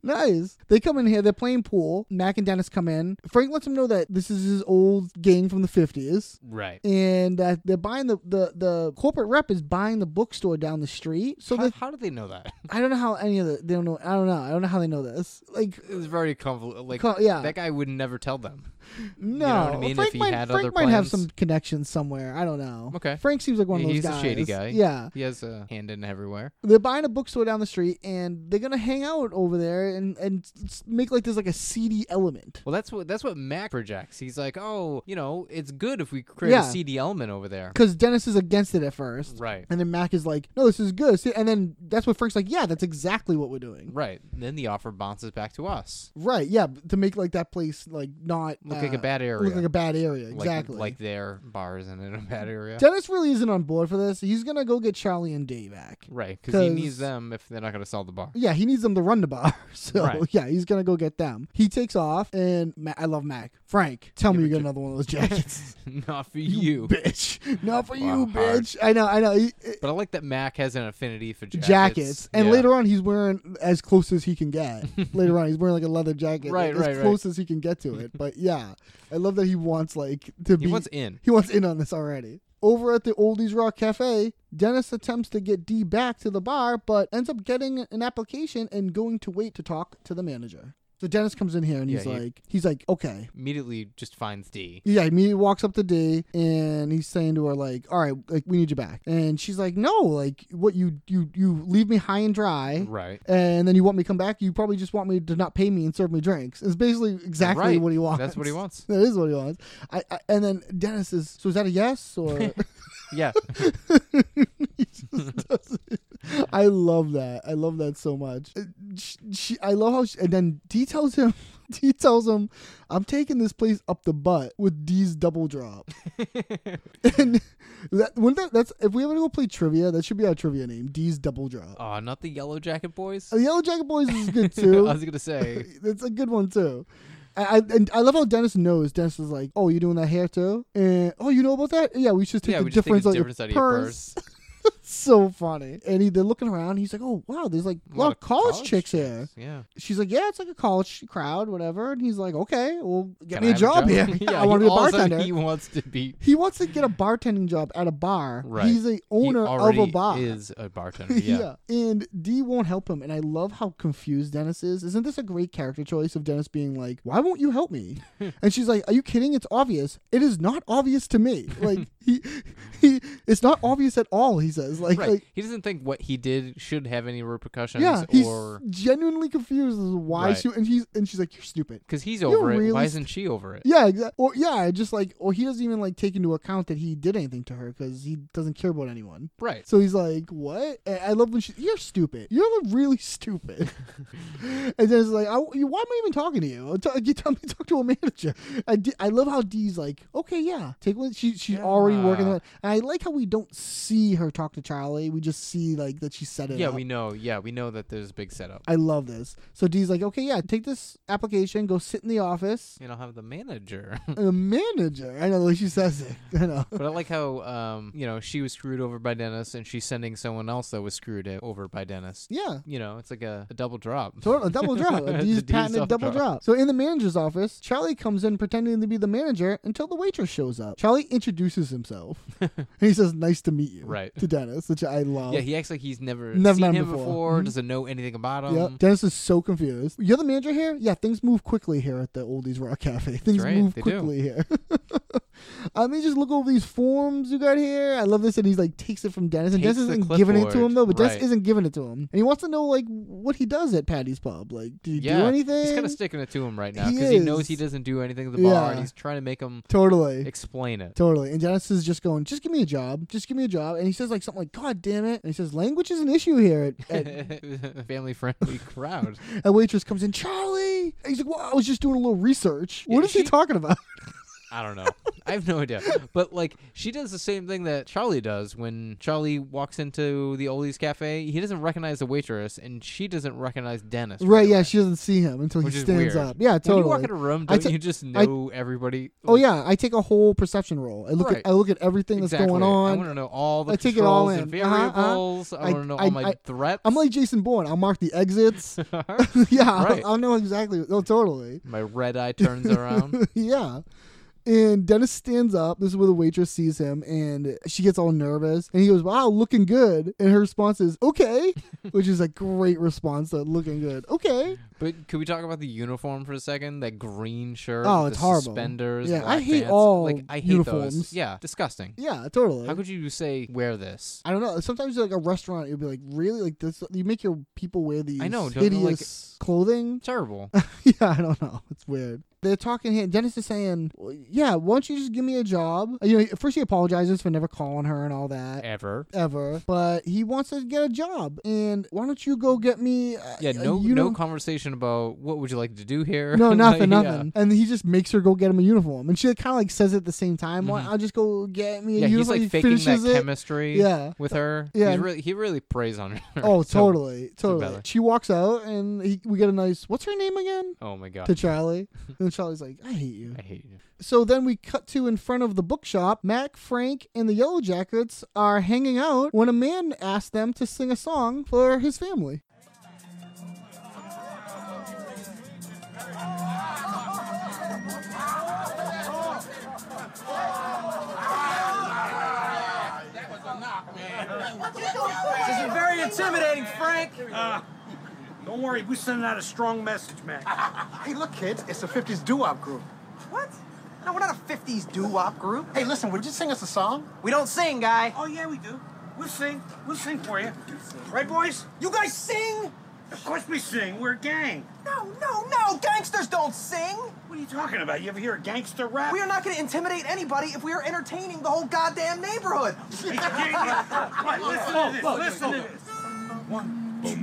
Speaker 4: Nice. They come in here. They're playing pool. Mac and Dennis come in. Frank lets them know that this is his old gang from the fifties,
Speaker 1: Right.
Speaker 4: and that they're buying the, the the corporate rep is buying the bookstore down the street. So
Speaker 1: How,
Speaker 4: that
Speaker 1: how do they know that?
Speaker 4: I don't know how any of the they don't know. I don't know. I don't know how they know this. Like
Speaker 1: It's very convoluted. Like
Speaker 4: Co- yeah.
Speaker 1: that guy would never tell them.
Speaker 4: no,
Speaker 1: know what I mean?
Speaker 4: oh, Frank
Speaker 1: If he
Speaker 4: might,
Speaker 1: had
Speaker 4: Frank
Speaker 1: other
Speaker 4: might have
Speaker 1: plans.
Speaker 4: some connections somewhere. I don't know.
Speaker 1: Okay.
Speaker 4: Frank seems like one of those
Speaker 1: He's a
Speaker 4: guys.
Speaker 1: shady guy.
Speaker 4: Yeah.
Speaker 1: He has a hand in everywhere.
Speaker 4: they're buying a bookstore down the street and they're gonna hang out over there and and s- make like there's like a seedy element.
Speaker 1: Well, that's what that's what Mac projects. He's like, oh, you know, it's good if we create
Speaker 4: Yeah.
Speaker 1: a CD element over there.
Speaker 4: Because Dennis is against it at first,
Speaker 1: Right.
Speaker 4: And then Mac is like, "No, this is good." See, and then that's what Frank's like, "Yeah, that's exactly what we're doing."
Speaker 1: Right. Then the offer bounces back to us.
Speaker 4: Right? Yeah, b- to make like that place like not
Speaker 1: Look like
Speaker 4: uh,
Speaker 1: a bad
Speaker 4: Look
Speaker 1: area.
Speaker 4: like a bad area, exactly.
Speaker 1: Like, like their bars in a bad area.
Speaker 4: Dennis really isn't on board for this. He's gonna go get Charlie and Dave back.
Speaker 1: right. Because he
Speaker 4: 'Cause-
Speaker 1: needs them if they're not going to sell the bar.
Speaker 4: Yeah, he needs them to run the bar. So
Speaker 1: Right.
Speaker 4: yeah, he's gonna go get them. He takes off, and Ma- I love Mac. Frank, tell me you got another one of those jackets.
Speaker 1: not for you.
Speaker 4: bitch. Not for
Speaker 1: Wow,
Speaker 4: you,
Speaker 1: hard.
Speaker 4: bitch. I know, I know. He- uh,
Speaker 1: But I like that Mac has an affinity for jackets.
Speaker 4: jackets. And
Speaker 1: Yeah.
Speaker 4: later on, he's wearing as close as he can get. later on, he's wearing like a leather jacket.
Speaker 1: Right,
Speaker 4: like,
Speaker 1: right,
Speaker 4: As
Speaker 1: right.
Speaker 4: close as he can get to it. But yeah, I love that he wants like to be.
Speaker 1: wants in.
Speaker 4: He wants in on this already. Over at the Oldies Rock Cafe, Dennis attempts to get D back to the bar, but ends up getting an application and going to wait to talk to the manager. So Dennis comes in here and he's
Speaker 1: Yeah, he-
Speaker 4: like, he's like, okay,
Speaker 1: immediately just finds D.
Speaker 4: yeah, he immediately walks up to D and he's saying to her like, "All right, like we need you back." And she's like, "No, like what you you you leave me high and dry,
Speaker 1: Right.
Speaker 4: And then you want me to come back? You probably just want me to not pay me and serve me drinks." It's basically exactly
Speaker 1: Right.
Speaker 4: what he wants.
Speaker 1: That's what he wants.
Speaker 4: That is what he wants. I, I and then Dennis is so is that a yes or?
Speaker 1: Yeah.
Speaker 4: He just does it. I love that. I love that so much. Uh, She, she- I love how she, and then D tells him, D tells him, I'm taking this place up the butt with D's double drop. and that, wouldn't that, that's if we ever go play trivia, that should be our trivia name, D's double drop.
Speaker 1: oh, not the Yellow Jacket boys?
Speaker 4: Uh, the Yellow Jacket Boys is good too.
Speaker 1: I was going to say.
Speaker 4: That's a good one too. I, I and I love how Dennis knows. Dennis is like, "Oh, you doing that hair too?" And oh, you know about that? Yeah, we should take
Speaker 1: Yeah,
Speaker 4: the
Speaker 1: we just take
Speaker 4: difference,
Speaker 1: the
Speaker 4: out, your
Speaker 1: difference out of your
Speaker 4: purse. so funny. And he, they're looking around. He's like, "Oh, wow, there's like a lot, of college, chicks here."
Speaker 1: Yeah.
Speaker 4: She's like, "Yeah, it's like a college crowd, whatever." And he's like, "Okay, well, get
Speaker 1: Can
Speaker 4: me
Speaker 1: I
Speaker 4: a
Speaker 1: have
Speaker 4: job, here. yeah, I want
Speaker 1: he-
Speaker 4: to be a
Speaker 1: all of sudden
Speaker 4: bartender."
Speaker 1: He
Speaker 4: He,
Speaker 1: wants to be.
Speaker 4: wants to get a bartending job at a bar.
Speaker 1: Right.
Speaker 4: He's the
Speaker 1: He
Speaker 4: owner of a
Speaker 1: already
Speaker 4: bar.
Speaker 1: is a bartender. Yeah.
Speaker 4: And D won't help him. And I love how confused Dennis is. Isn't this a great character choice of Dennis being like, why won't you help me? and she's like, are you kidding? It's obvious. It is not obvious to me. Like, he, he, it's not obvious at all, he says. Like,
Speaker 1: Right.
Speaker 4: like
Speaker 1: he doesn't think what he did should have any repercussions
Speaker 4: yeah, he's
Speaker 1: or.
Speaker 4: genuinely confused as to why
Speaker 1: Right.
Speaker 4: she, and he's, and she's like, you're stupid.
Speaker 1: Because he's
Speaker 4: You're
Speaker 1: over it.
Speaker 4: really
Speaker 1: Why
Speaker 4: st-
Speaker 1: isn't she over it?
Speaker 4: Yeah, exactly. Or yeah, just like, or he doesn't even like take into account that he did anything to her because he doesn't care about anyone.
Speaker 1: Right.
Speaker 4: So he's like, "What?" And I love when she, "You're stupid. You're really stupid." and then it's like, I, you- "Why am I even talking to you? T- You tell me to talk to a manager." I, di- I love how Dee's like, "Okay, yeah, take one." She she's already working on. it. And I like how we we don't see her talk to Charlie. We just see like that she set it.
Speaker 1: Yeah,
Speaker 4: up.
Speaker 1: we know. Yeah, we know that there's a big setup.
Speaker 4: I love this. So Dee's like, okay, yeah, take this application, go sit in the office.
Speaker 1: You know, have the manager.
Speaker 4: A manager. I know the way she says it. I know.
Speaker 1: But I like how um, you know she was screwed over by Dennis, and she's sending someone else that was screwed o- over by Dennis.
Speaker 4: Yeah.
Speaker 1: You know, it's like a, a double drop.
Speaker 4: Total, a double drop. A
Speaker 1: It's
Speaker 4: D's
Speaker 1: a D's
Speaker 4: patented
Speaker 1: double
Speaker 4: double
Speaker 1: drop.
Speaker 4: drop. So in the manager's office, Charlie comes in pretending to be the manager until the waitress shows up. Charlie introduces himself. and he says, nice to meet you.
Speaker 1: Right.
Speaker 4: To Dennis, which I love.
Speaker 1: Yeah, he acts like he's never,
Speaker 4: Never met
Speaker 1: seen
Speaker 4: him
Speaker 1: him
Speaker 4: before.
Speaker 1: before.
Speaker 4: Mhm.
Speaker 1: Doesn't know anything about him.
Speaker 4: Yeah, Dennis is so confused. You're the manager here? Yeah, things move quickly here at the Oldies Rock Cafe. Things
Speaker 1: right,
Speaker 4: move
Speaker 1: they do.
Speaker 4: quickly here. I mean, just look over these forms you got here. I love this, and he's like takes it from Dennis, and
Speaker 1: Takes
Speaker 4: Dennis
Speaker 1: the
Speaker 4: isn't giving it to
Speaker 1: clipboard,
Speaker 4: him though. But
Speaker 1: right.
Speaker 4: Dennis isn't giving it to him, and he wants to know like what he does at Patty's Pub. Like, did he
Speaker 1: Yeah,
Speaker 4: do anything?
Speaker 1: He's kind of sticking it to him right now
Speaker 4: He
Speaker 1: because he, knows
Speaker 4: is.
Speaker 1: he doesn't do anything at the bar, and
Speaker 4: Yeah.
Speaker 1: he's trying to make him
Speaker 4: totally.
Speaker 1: explain it.
Speaker 4: Totally. And Dennis is just going, just give me a job. Just give me a job. And he says like something like, God damn it. And he says, language is an issue here. At, at,
Speaker 1: Family friendly crowd.
Speaker 4: a waitress comes in, Charlie. And he's like, well, I was just doing a little research.
Speaker 1: Yeah,
Speaker 4: what is he
Speaker 1: she-
Speaker 4: talking about?
Speaker 1: I don't know. I have no idea. But like she does the same thing that Charlie does when Charlie walks into the Ollie's cafe. He doesn't recognize the waitress and she doesn't recognize Dennis.
Speaker 4: Right, yeah,
Speaker 1: away,
Speaker 4: she doesn't see him until
Speaker 1: which
Speaker 4: he
Speaker 1: is weird.
Speaker 4: stands up. Yeah,
Speaker 1: When
Speaker 4: totally.
Speaker 1: you walk in a room,
Speaker 4: I
Speaker 1: don't
Speaker 4: ta-
Speaker 1: you just
Speaker 4: I-
Speaker 1: know everybody?
Speaker 4: oh yeah, I take a whole perception roll. I look
Speaker 1: Right.
Speaker 4: at I look at everything
Speaker 1: exactly.
Speaker 4: that's going
Speaker 1: I want to
Speaker 4: on.
Speaker 1: know all the
Speaker 4: I take it all
Speaker 1: controls and
Speaker 4: in. Uh-huh, uh-huh.
Speaker 1: variables. I
Speaker 4: I-
Speaker 1: want to know
Speaker 4: I-
Speaker 1: all my
Speaker 4: I-
Speaker 1: threats.
Speaker 4: I'm like Jason Bourne. I'll mark the exits. yeah, I'll-
Speaker 1: Right.
Speaker 4: I'll, know exactly. Oh, totally.
Speaker 1: my red eye turns around.
Speaker 4: yeah. And Dennis stands up. This is where the waitress sees him, and she gets all nervous. And he goes, "Wow, looking good." And her response is, "Okay," which is a great response to looking good. Okay.
Speaker 1: But could we talk about the uniform for a second? That green shirt.
Speaker 4: Oh,
Speaker 1: with
Speaker 4: it's
Speaker 1: the
Speaker 4: horrible.
Speaker 1: Suspenders.
Speaker 4: Yeah, I
Speaker 1: black
Speaker 4: hate
Speaker 1: pants.
Speaker 4: all
Speaker 1: like I hate
Speaker 4: uniforms.
Speaker 1: those. Yeah, disgusting.
Speaker 4: Yeah, totally.
Speaker 1: How could you say wear this?
Speaker 4: I don't know. Sometimes like a restaurant, you'll be like, really, like this. You make your people wear these
Speaker 1: I know, don't they, like-
Speaker 4: hideous clothing.
Speaker 1: Terrible.
Speaker 4: yeah, I don't know. It's weird. They're talking here. Dennis is saying, well, yeah, why don't you just give me a job? You know, first he apologizes for never calling her and all that.
Speaker 1: Ever.
Speaker 4: Ever, but he wants to get a job, and why don't you go get me? A,
Speaker 1: Yeah,
Speaker 4: a
Speaker 1: no
Speaker 4: uni-
Speaker 1: no conversation about what would you like to do here.
Speaker 4: no,
Speaker 1: Like,
Speaker 4: nothing,
Speaker 1: yeah.
Speaker 4: nothing. And he just makes her go get him a uniform, and she like, kind of like says it at the same time. Why I'll just go get me
Speaker 1: Mm-hmm.
Speaker 4: a
Speaker 1: Yeah, he's
Speaker 4: uniform.
Speaker 1: like
Speaker 4: He
Speaker 1: faking that
Speaker 4: finishes it.
Speaker 1: chemistry
Speaker 4: Yeah.
Speaker 1: with her.
Speaker 4: Yeah.
Speaker 1: He's really, he really preys on her.
Speaker 4: Oh,
Speaker 1: So-
Speaker 4: totally, totally.
Speaker 1: better.
Speaker 4: She walks out, and he, we get a nice. What's her name again?
Speaker 1: Oh my
Speaker 4: To
Speaker 1: god.
Speaker 4: Charlie, and Charlie's like, "I hate you."
Speaker 1: I hate you.
Speaker 4: So then we cut to in front of the bookshop. Mac, Frank, and the Yellow Jackets are hanging out when a man asks them to sing a song for his family.
Speaker 7: This is very intimidating, Frank.
Speaker 6: Don't worry, we're sending out a strong message, man.
Speaker 2: Hey, look, kids, it's a 50s doo-wop group.
Speaker 8: What? No, we're not a 50s doo wop group.
Speaker 2: Hey, listen, would you sing us a song?
Speaker 8: We don't sing, guy.
Speaker 6: Oh, yeah, we do. We'll sing. We'll sing for you. Right, boys?
Speaker 8: You guys sing?
Speaker 6: Of course we sing. We're a gang.
Speaker 8: No, no, no. Gangsters don't sing.
Speaker 6: What are you talking about? You ever hear a gangster rap?
Speaker 8: We are not going to intimidate anybody if we are entertaining the whole goddamn neighborhood.
Speaker 6: It's a gang. Right, listen to this. Listen to this.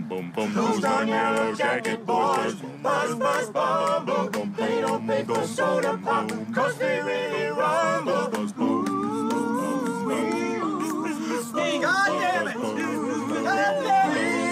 Speaker 9: Those darn yellow jacket boys. Buzz, buzz, bum, bum, bum. They don't pay for soda pop, cause they really rumble.
Speaker 8: God damn it. God damn it.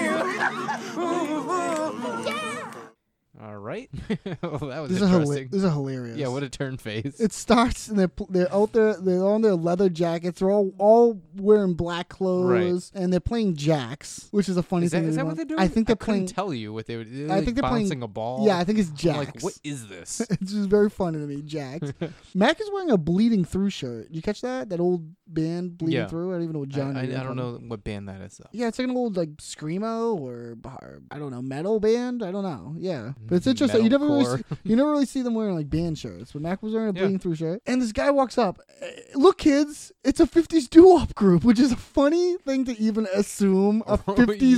Speaker 1: All right. well, Oh, that was
Speaker 4: This is, hila-
Speaker 1: interesting.
Speaker 4: this is hilarious.
Speaker 1: yeah, what a turn face.
Speaker 4: it starts and they're pl- they're out there they're on their leather jackets they're all all wearing black clothes and they're playing jacks which is a funny
Speaker 1: Is that,
Speaker 4: thing
Speaker 1: is
Speaker 4: to
Speaker 1: that
Speaker 4: do.
Speaker 1: what they're doing?
Speaker 4: I think they're
Speaker 1: I
Speaker 4: playing
Speaker 1: couldn't tell you what they were. They're
Speaker 4: I think they're playing
Speaker 1: bouncing a ball.
Speaker 4: Yeah, I think it's
Speaker 1: I'm
Speaker 4: jacks.
Speaker 1: like, what is this?
Speaker 4: it's just very funny to me, Jax. Mac is wearing a bleeding through shirt. You catch that? That old band bleeding
Speaker 1: Yeah.
Speaker 4: through. I don't even know what
Speaker 1: I,
Speaker 4: genre.
Speaker 1: I, I
Speaker 4: you're
Speaker 1: don't
Speaker 4: talking-
Speaker 1: know what band that is though.
Speaker 4: Yeah, it's like an old like screamo or, or I don't know metal band. I don't know. Yeah, but it's interesting. You never really
Speaker 1: Metalcore.
Speaker 4: see, you never really see them wearing like band shirts. But Mac was wearing a
Speaker 1: Yeah.
Speaker 4: bleeding through shirt, and this guy walks up. "Eh, Look, kids, it's a '50s doo-wop group, which is a funny thing to even assume a '50s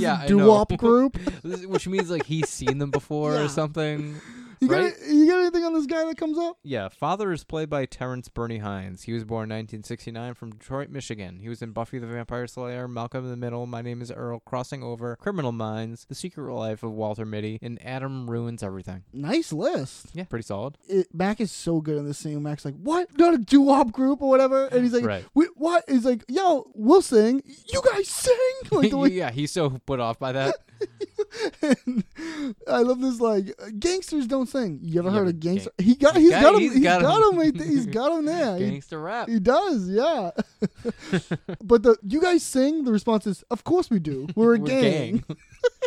Speaker 1: Yeah, I know.
Speaker 4: doo-wop group.
Speaker 1: Which means like he's seen them before
Speaker 4: Yeah.
Speaker 1: or something.
Speaker 4: You got
Speaker 1: Right?
Speaker 4: you got anything on this guy that comes up?
Speaker 1: Yeah, father is played by Terrence Bernie Hines. He was born 1969 from Detroit, Michigan. He was in Buffy the Vampire Slayer, Malcolm in the Middle, My Name is Earl, Crossing Over, Criminal Minds, The Secret Life of Walter Mitty, and Adam Ruins Everything.
Speaker 4: Nice list.
Speaker 1: Yeah, pretty solid.
Speaker 4: It, Mac is so good in this scene. Mac's like, "What? Not a doo-wop group or whatever," and he's like,
Speaker 1: Right.
Speaker 4: "Wait, what?" He's like, "Yo, we'll sing. You guys sing." Like the way
Speaker 1: yeah, he's so put off by that.
Speaker 4: And I love this like gangsters don't sing. You ever
Speaker 1: Yeah,
Speaker 4: heard
Speaker 1: but
Speaker 4: of gangster?
Speaker 1: gang-
Speaker 4: he got
Speaker 1: he's
Speaker 4: he's
Speaker 1: got-
Speaker 4: got him
Speaker 1: he's
Speaker 4: he's
Speaker 1: got
Speaker 4: got
Speaker 1: him.
Speaker 4: him right there. He's got him there. He,
Speaker 1: Gangster rap.
Speaker 4: he does, yeah. but the you guys sing. The response is, of course we do. We're a
Speaker 1: We're
Speaker 4: gang.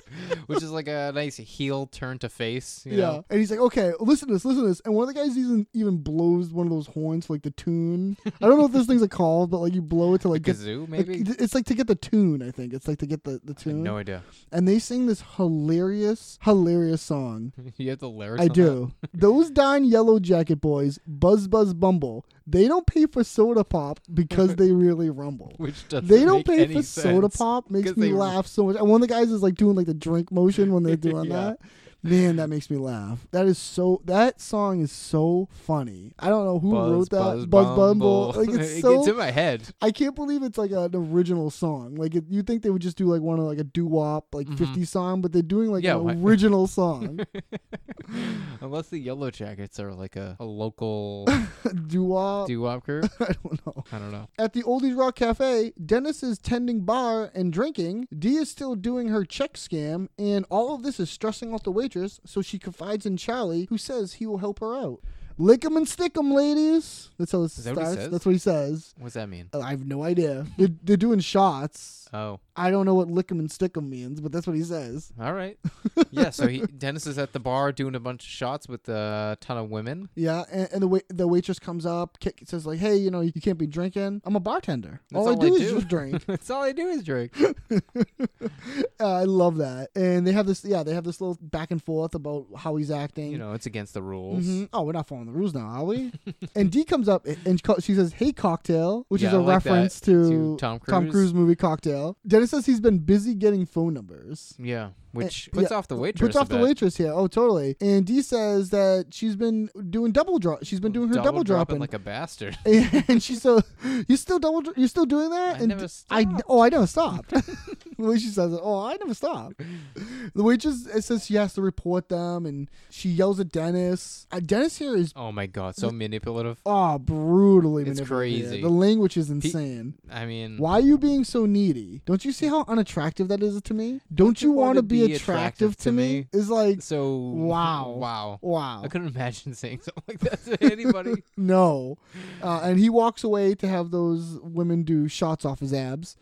Speaker 1: Which is like a nice heel turn to face, you
Speaker 4: yeah.
Speaker 1: know?
Speaker 4: And he's like, okay, listen to this, listen to this. And one of the guys even even blows one of those horns for like the tune. I don't know if those things are called, but like you blow it to like get-
Speaker 1: kazoo,
Speaker 4: like,
Speaker 1: maybe?
Speaker 4: it's like to get the tune. I think it's like to get the the tune.
Speaker 1: No idea.
Speaker 4: and they sing this hilarious, hilarious song.
Speaker 1: You have the lyrics. on
Speaker 4: I
Speaker 1: that?
Speaker 4: do. Those darn yellow jacket boys, Buzz Buzz Bumble, they don't pay for soda pop because they really rumble.
Speaker 1: Which doesn't
Speaker 4: They don't
Speaker 1: make
Speaker 4: pay
Speaker 1: any
Speaker 4: for soda
Speaker 1: sense,
Speaker 4: pop. Makes
Speaker 1: 'cause
Speaker 4: me
Speaker 1: they-
Speaker 4: laugh so much. And one of the guys is like doing like the drink motion when they're doing
Speaker 1: Yeah.
Speaker 4: that. Man, that makes me laugh. That is so. That song is so funny. I don't know who
Speaker 1: Buzz,
Speaker 4: wrote that.
Speaker 1: Buzz,
Speaker 4: Buzz
Speaker 1: Bumble.
Speaker 4: Bumble. Like it's
Speaker 1: It
Speaker 4: so.
Speaker 1: gets in my head.
Speaker 4: I can't believe it's like an original song. Like it, you think they would just do like one of like a doo wop like fifty song, but they're doing like
Speaker 1: Mm-hmm. Yeah, why-
Speaker 4: an original song.
Speaker 1: Unless the Yellow Jackets are like a, a local
Speaker 4: doo wop.
Speaker 1: doo wop group.
Speaker 4: I don't know.
Speaker 1: I don't know.
Speaker 4: At the Oldies Rock Cafe, Dennis is tending bar and drinking. Dee is still doing her check scam, and all of this is stressing out the waitress, so she confides in Charlie, who says he will help her out. Lick 'em and stick 'em, ladies. That's how it
Speaker 1: that
Speaker 4: starts.
Speaker 1: what he says?
Speaker 4: That's what he says. Uh,
Speaker 1: What's that mean?
Speaker 4: I have no idea. they're, they're doing shots.
Speaker 1: Oh,
Speaker 4: I don't know what lick 'em and stick 'em means, but that's what he says.
Speaker 1: all right. yeah, so he, Dennis is at the bar doing a bunch of shots with a ton of women.
Speaker 4: Yeah, and, and the wait, the waitress comes up, kick, says like, "Hey, you know, you can't be drinking. I'm a bartender.
Speaker 1: That's
Speaker 4: all I
Speaker 1: all
Speaker 4: do
Speaker 1: I
Speaker 4: is
Speaker 1: do."
Speaker 4: just drink."
Speaker 1: That's all I do is drink.
Speaker 4: Uh, I love that. And they have this, yeah, they have this little back and forth about how he's acting.
Speaker 1: You know, it's against the rules.
Speaker 4: Mhm. Oh, we're not following the rules now, are we? and D comes up and co- she says, "Hey, cocktail," which is
Speaker 1: Yeah,
Speaker 4: a
Speaker 1: I like that.
Speaker 4: reference
Speaker 1: To
Speaker 4: to,
Speaker 1: Tom Cruise.
Speaker 4: movie Cocktail. Dennis says he's been busy getting phone numbers.
Speaker 1: Yeah, which
Speaker 4: Eh,
Speaker 1: puts
Speaker 4: yeah,
Speaker 1: off the waitress.
Speaker 4: Puts
Speaker 1: a
Speaker 4: off the
Speaker 1: bit.
Speaker 4: waitress here. Oh, totally. And D says that she's been doing double drop. She's been doing her double, dropping.
Speaker 1: like a bastard.
Speaker 4: and she's so you still double dr- you're still doing that
Speaker 1: I
Speaker 4: and
Speaker 1: never
Speaker 4: d- I
Speaker 1: stopped.
Speaker 4: oh I never stopped the way she says it oh I never stopped the waitress it says she has to report them and she yells at Dennis uh, Dennis here is
Speaker 1: Oh my god, so manipulative.
Speaker 4: oh brutally
Speaker 1: It's
Speaker 4: manipulative.
Speaker 1: crazy.
Speaker 4: the language is insane
Speaker 1: I mean,
Speaker 4: why are you being so needy don't you see how unattractive that is to me don't, you want to be attractive, to me, is like
Speaker 1: so
Speaker 4: wow
Speaker 1: wow,
Speaker 4: wow
Speaker 1: I couldn't imagine saying something like that to anybody.
Speaker 4: No. Uh, and he walks away to have those women do shots off his abs.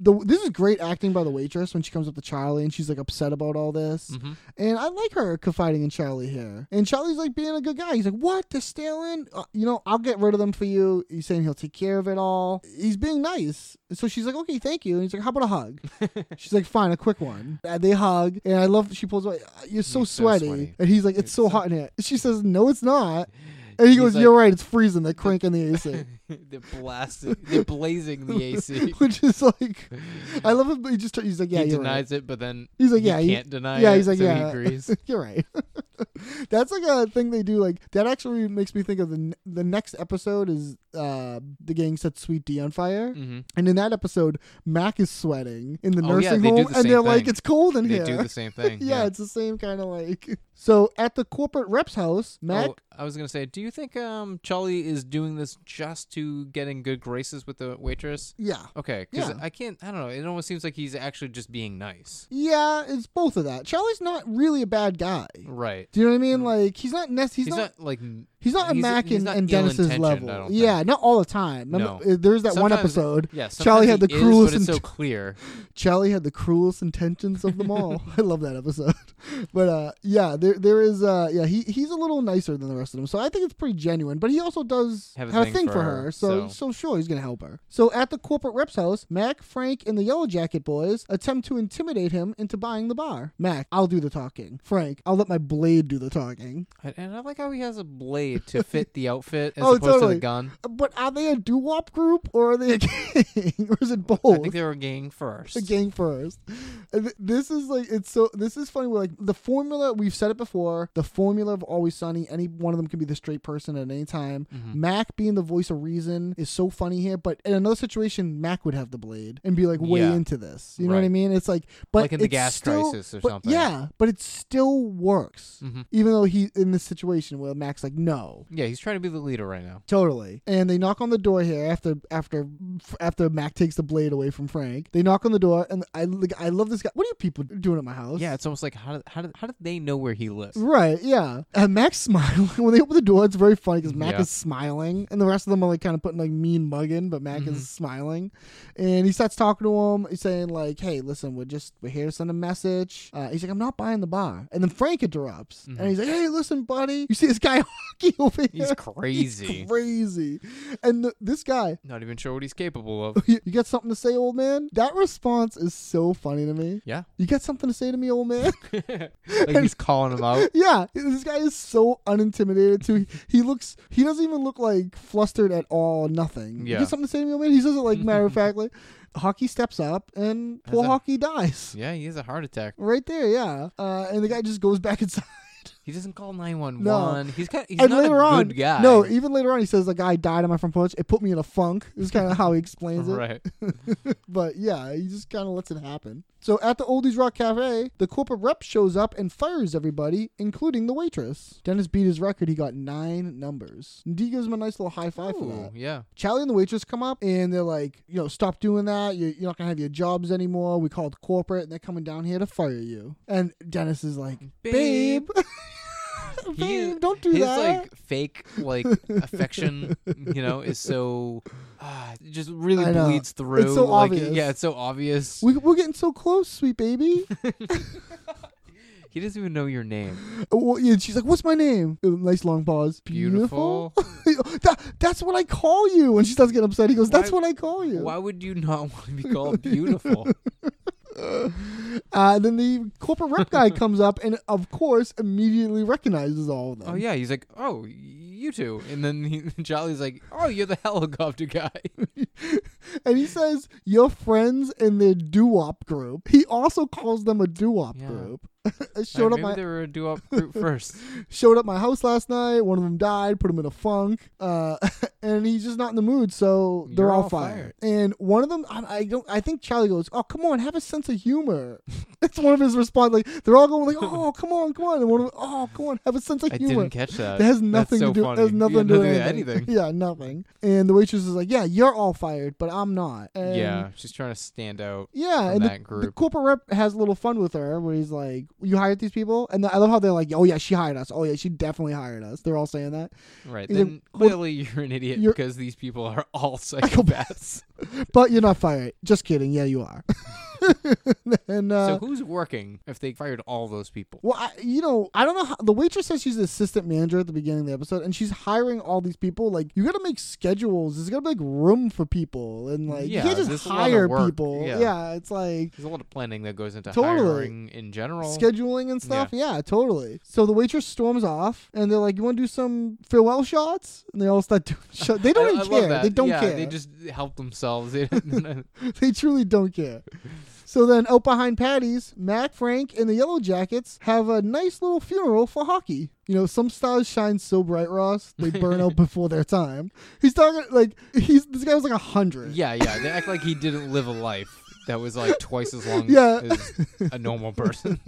Speaker 4: the, this is great acting by the waitress when she comes up to Charlie and she's like upset about all this.
Speaker 1: Mm-hmm.
Speaker 4: And I like her confiding in Charlie here. And Charlie's like being a good guy. He's like, "What? They're stealing? Uh, you know, I'll get rid of them for you." He's saying he'll take care of it all. He's being nice. So she's like, "Okay, thank you." And he's like, "How about a hug?" she's like, "Fine, a quick one." And they hug, and I love. She pulls away. "You're so,
Speaker 1: You're so
Speaker 4: sweaty.
Speaker 1: sweaty.
Speaker 4: and he's like, "It's so hot in here." She says, "No, it's not." And he
Speaker 1: He's
Speaker 4: goes,
Speaker 1: like-
Speaker 4: "You're right. It's freezing. They're cranking the AC."
Speaker 1: they're blasting, they're blazing the AC.
Speaker 4: Which is like, I love him. But he just he's like, "Yeah,
Speaker 1: he
Speaker 4: you're right."
Speaker 1: denies it, but then
Speaker 4: He's like, yeah,
Speaker 1: he
Speaker 4: you-
Speaker 1: can't deny
Speaker 4: yeah,
Speaker 1: it.
Speaker 4: he's like,
Speaker 1: so
Speaker 4: yeah,
Speaker 1: he agrees.
Speaker 4: You're right. That's like a thing they do. Like that actually makes me think of the n- the next episode is uh the gang set Sweet D on fire, and in that episode, Mac is sweating in the
Speaker 1: Mm-hmm. Oh, yeah,
Speaker 4: nursing
Speaker 1: they do
Speaker 4: home,
Speaker 1: the
Speaker 4: and
Speaker 1: same
Speaker 4: they're like,
Speaker 1: thing.
Speaker 4: "It's cold in
Speaker 1: They
Speaker 4: here."
Speaker 1: do the same thing.
Speaker 4: yeah,
Speaker 1: yeah.
Speaker 4: it's the same kind of like. So at the corporate rep's house, Mac.
Speaker 1: Oh, I was gonna say, do you think um Charlie is doing this just to get in good graces with the waitress?
Speaker 4: Yeah.
Speaker 1: Okay, because
Speaker 4: Yeah.
Speaker 1: I can't. I don't know. It almost seems like he's actually just being nice.
Speaker 4: Yeah, it's both of that. Charlie's not really a bad guy.
Speaker 1: Right.
Speaker 4: Do you know what I mean? Like he's not nec- he's,
Speaker 1: He's,
Speaker 4: not,
Speaker 1: not, like.
Speaker 4: He's not a Mac
Speaker 1: he's
Speaker 4: and,
Speaker 1: not
Speaker 4: and Dennis's
Speaker 1: ill-intentioned,
Speaker 4: level.
Speaker 1: I don't
Speaker 4: yeah,
Speaker 1: think.
Speaker 4: not all the time.
Speaker 1: No.
Speaker 4: Remember, uh, there's that one
Speaker 1: Sometimes-
Speaker 4: episode.
Speaker 1: Yeah,
Speaker 4: Charlie
Speaker 1: sometimes
Speaker 4: had the
Speaker 1: he is,
Speaker 4: cruelest.
Speaker 1: but it's so
Speaker 4: int-
Speaker 1: clear.
Speaker 4: Charlie had the cruelest intentions of them all. I love that episode. But uh, yeah, there there is uh, yeah he he's a little nicer than the rest of them, so I think it's pretty genuine. But he also does
Speaker 1: Have a
Speaker 4: a thing for her, so, so sure he's gonna help her. So at the corporate rep's house, Mac, Frank, and the Yellow Jacket boys attempt to intimidate him into buying the bar. Mac, I'll do the talking. Frank, I'll let my blade do the talking.
Speaker 1: And- And I like how he has a blade to fit the outfit as
Speaker 4: Oh,
Speaker 1: opposed to
Speaker 4: totally.
Speaker 1: the gun.
Speaker 4: But are they a doo wop group or are they a gang? or is it both?
Speaker 1: I think they were a gang first.
Speaker 4: a gang first. And th- This is like it's so. This is funny. We're like the formula. We've said it before. The formula of Always Sunny. Any one of them can be the straight person at any time.
Speaker 1: Mm-hmm.
Speaker 4: Mac being the voice of reason is so funny here. But in another situation, Mac would have the blade and be like way
Speaker 1: Yeah.
Speaker 4: into this. You know what I
Speaker 1: Right.
Speaker 4: mean? It's like, but
Speaker 1: Like in the
Speaker 4: it's
Speaker 1: gas
Speaker 4: still-
Speaker 1: crisis or
Speaker 4: but-
Speaker 1: something. Mm-hmm.
Speaker 4: Yeah, but it still works, even though he in this situation where Mac's like, no,
Speaker 1: Yeah, he's trying to be the leader right now.
Speaker 4: Totally. And they knock on the door here after after after Mac takes the blade away from Frank. They knock on the door, and I like I love this guy. What are you people doing at my house?
Speaker 1: Yeah, it's almost like how did how did, how did they know where he lives?
Speaker 4: Right, yeah. And Mac's smiling. when they open the door, it's very funny because Mac
Speaker 1: Yeah.
Speaker 4: is smiling, and the rest of them are like kind of putting like mean mug in, but
Speaker 1: Mm-hmm.
Speaker 4: Mac is smiling. And he starts talking to him. He's saying like, "Hey, listen, we're just we're here to send a message." Uh, he's like, "I'm not buying the bar." And then Frank interrupts, and he's like, "Hey, listen, buddy, you see this guy hockey over here?
Speaker 1: Mm-hmm. He's crazy.
Speaker 4: crazy." And th- this guy,
Speaker 1: Not even sure what he's capable of.
Speaker 4: you, you got something to say, old man? That response is so funny to me.
Speaker 1: Yeah.
Speaker 4: You got something to say to me, old man?
Speaker 1: Like he's calling him out.
Speaker 4: yeah. This guy is so unintimidated too. He looks he doesn't even look like flustered at all, nothing. You
Speaker 1: Yeah.
Speaker 4: got something to say to me, old man? He says it like matter of factly. Hockey steps up and poor
Speaker 1: a-
Speaker 4: Hockey dies.
Speaker 1: Yeah, he has a heart attack.
Speaker 4: Right there, yeah. Uh, and the guy just goes back inside.
Speaker 1: He doesn't call nine one
Speaker 4: No.
Speaker 1: one. He's got he's
Speaker 4: and
Speaker 1: not
Speaker 4: later
Speaker 1: a
Speaker 4: on,
Speaker 1: good guy.
Speaker 4: no, even later on, he says the guy died on my front porch. It put me in a funk. Is kind of how he explains it.
Speaker 1: right.
Speaker 4: But yeah, he just kind of lets it happen. So at the Oldies Rock Cafe, the corporate rep shows up and fires everybody, including the waitress. Dennis beat his record. He got nine numbers. D gives him a nice little high five for
Speaker 1: Ooh,
Speaker 4: that.
Speaker 1: yeah.
Speaker 4: Charlie and the waitress come up and they're like, you know, stop doing that. You're, you're not going to have your jobs anymore. We called corporate and they're coming down here to fire you. And Dennis is like, babe,
Speaker 1: Babe.
Speaker 4: babe,
Speaker 1: He-
Speaker 4: don't do
Speaker 1: his,
Speaker 4: that.
Speaker 1: like fake like affection, you know, is so ah, it just really
Speaker 4: I know.
Speaker 1: bleeds
Speaker 4: It's so
Speaker 1: through. like,
Speaker 4: obvious.
Speaker 1: Yeah, it's so obvious.
Speaker 4: we, we're getting so close, sweet baby.
Speaker 1: he doesn't even know your name.
Speaker 4: Oh, Well, yeah, she's like, "What's my name?" Uh, Nice long pause.
Speaker 1: Beautiful.
Speaker 4: That- that's what I call you. When she starts getting upset, he goes, "That's
Speaker 1: Why-
Speaker 4: what I call you."
Speaker 1: Why would you not want to be called beautiful?
Speaker 4: Uh, and then the corporate rep guy comes up and, of course, immediately recognizes all of them.
Speaker 1: oh yeah, he's like, oh, you two, and then he, Jolly's like, oh, you're the helicopter guy.
Speaker 4: And he says, "Your friends in their doo-wop group." He also calls them a doo-wop
Speaker 1: Yeah.
Speaker 4: group. I showed up
Speaker 1: maybe
Speaker 4: my
Speaker 1: they were a duo group first.
Speaker 4: showed up my house last night. One of them died, put him in a funk, uh, and he's just not in the mood. So they're
Speaker 1: You're
Speaker 4: all,
Speaker 1: all
Speaker 4: fired. And one of them, I, I don't. I think Charlie goes, "Oh, come on, have a sense of humor." That's one of his response. Like they're all going, like, "Oh, come on, come on," and one of them, "Oh, come on, have a sense of
Speaker 1: I
Speaker 4: humor."
Speaker 1: didn't catch that.
Speaker 4: That has
Speaker 1: That's
Speaker 4: nothing
Speaker 1: so
Speaker 4: to do. That has
Speaker 1: funny.
Speaker 4: nothing
Speaker 1: Yeah,
Speaker 4: to do with
Speaker 1: nothing to
Speaker 4: anything.
Speaker 1: anything.
Speaker 4: Yeah, nothing. And the waitress is like, "Yeah, you're all fired, but I'm not." And
Speaker 1: yeah, she's trying to stand out.
Speaker 4: yeah,
Speaker 1: from
Speaker 4: and the,
Speaker 1: that
Speaker 4: the
Speaker 1: group.
Speaker 4: corporate rep has a little fun with her where he's like, "You hired these people," and I love how they're like, "Oh yeah, she hired us. Oh yeah, she definitely hired us." They're all saying that,
Speaker 1: Right.
Speaker 4: He's like,
Speaker 1: Then
Speaker 4: "Hold-
Speaker 1: clearly you're an idiot
Speaker 4: you're-
Speaker 1: because these people are all psychopaths.
Speaker 4: but you're not fired. Just kidding. Yeah, you are. and uh,
Speaker 1: so who's working if they fired all those people?
Speaker 4: Well, I, you know, I don't know. How, the waitress says she's the assistant manager at the beginning of the episode, and she's hiring all these people. Like, you got to make schedules. There's got to be like room for people, and like
Speaker 1: Yeah,
Speaker 4: you can't
Speaker 1: there's
Speaker 4: just
Speaker 1: a lot of
Speaker 4: hire
Speaker 1: work.
Speaker 4: people.
Speaker 1: Yeah.
Speaker 4: Yeah. it's like
Speaker 1: There's a lot of planning that goes into
Speaker 4: Totally.
Speaker 1: hiring in general.
Speaker 4: scheduling and stuff. Yeah. totally. So the waitress storms off, and they're like, "You want to do some farewell shots?" And they all start doing. Shot. They
Speaker 1: I-
Speaker 4: don't
Speaker 1: I
Speaker 4: even
Speaker 1: love
Speaker 4: care.
Speaker 1: that.
Speaker 4: They don't
Speaker 1: yeah,
Speaker 4: care.
Speaker 1: They just help themselves. They don't-
Speaker 4: they truly don't care. So then, out behind Patty's, Mac, Frank, and the Yellow Jackets have a nice little funeral for hockey. You know, some stars shine so bright, Ross, they burn out before their time. He's talking like he's this guy was like a hundred.
Speaker 1: yeah, yeah. They act like he didn't live a life that was like twice as long
Speaker 4: Yeah.
Speaker 1: as a normal person.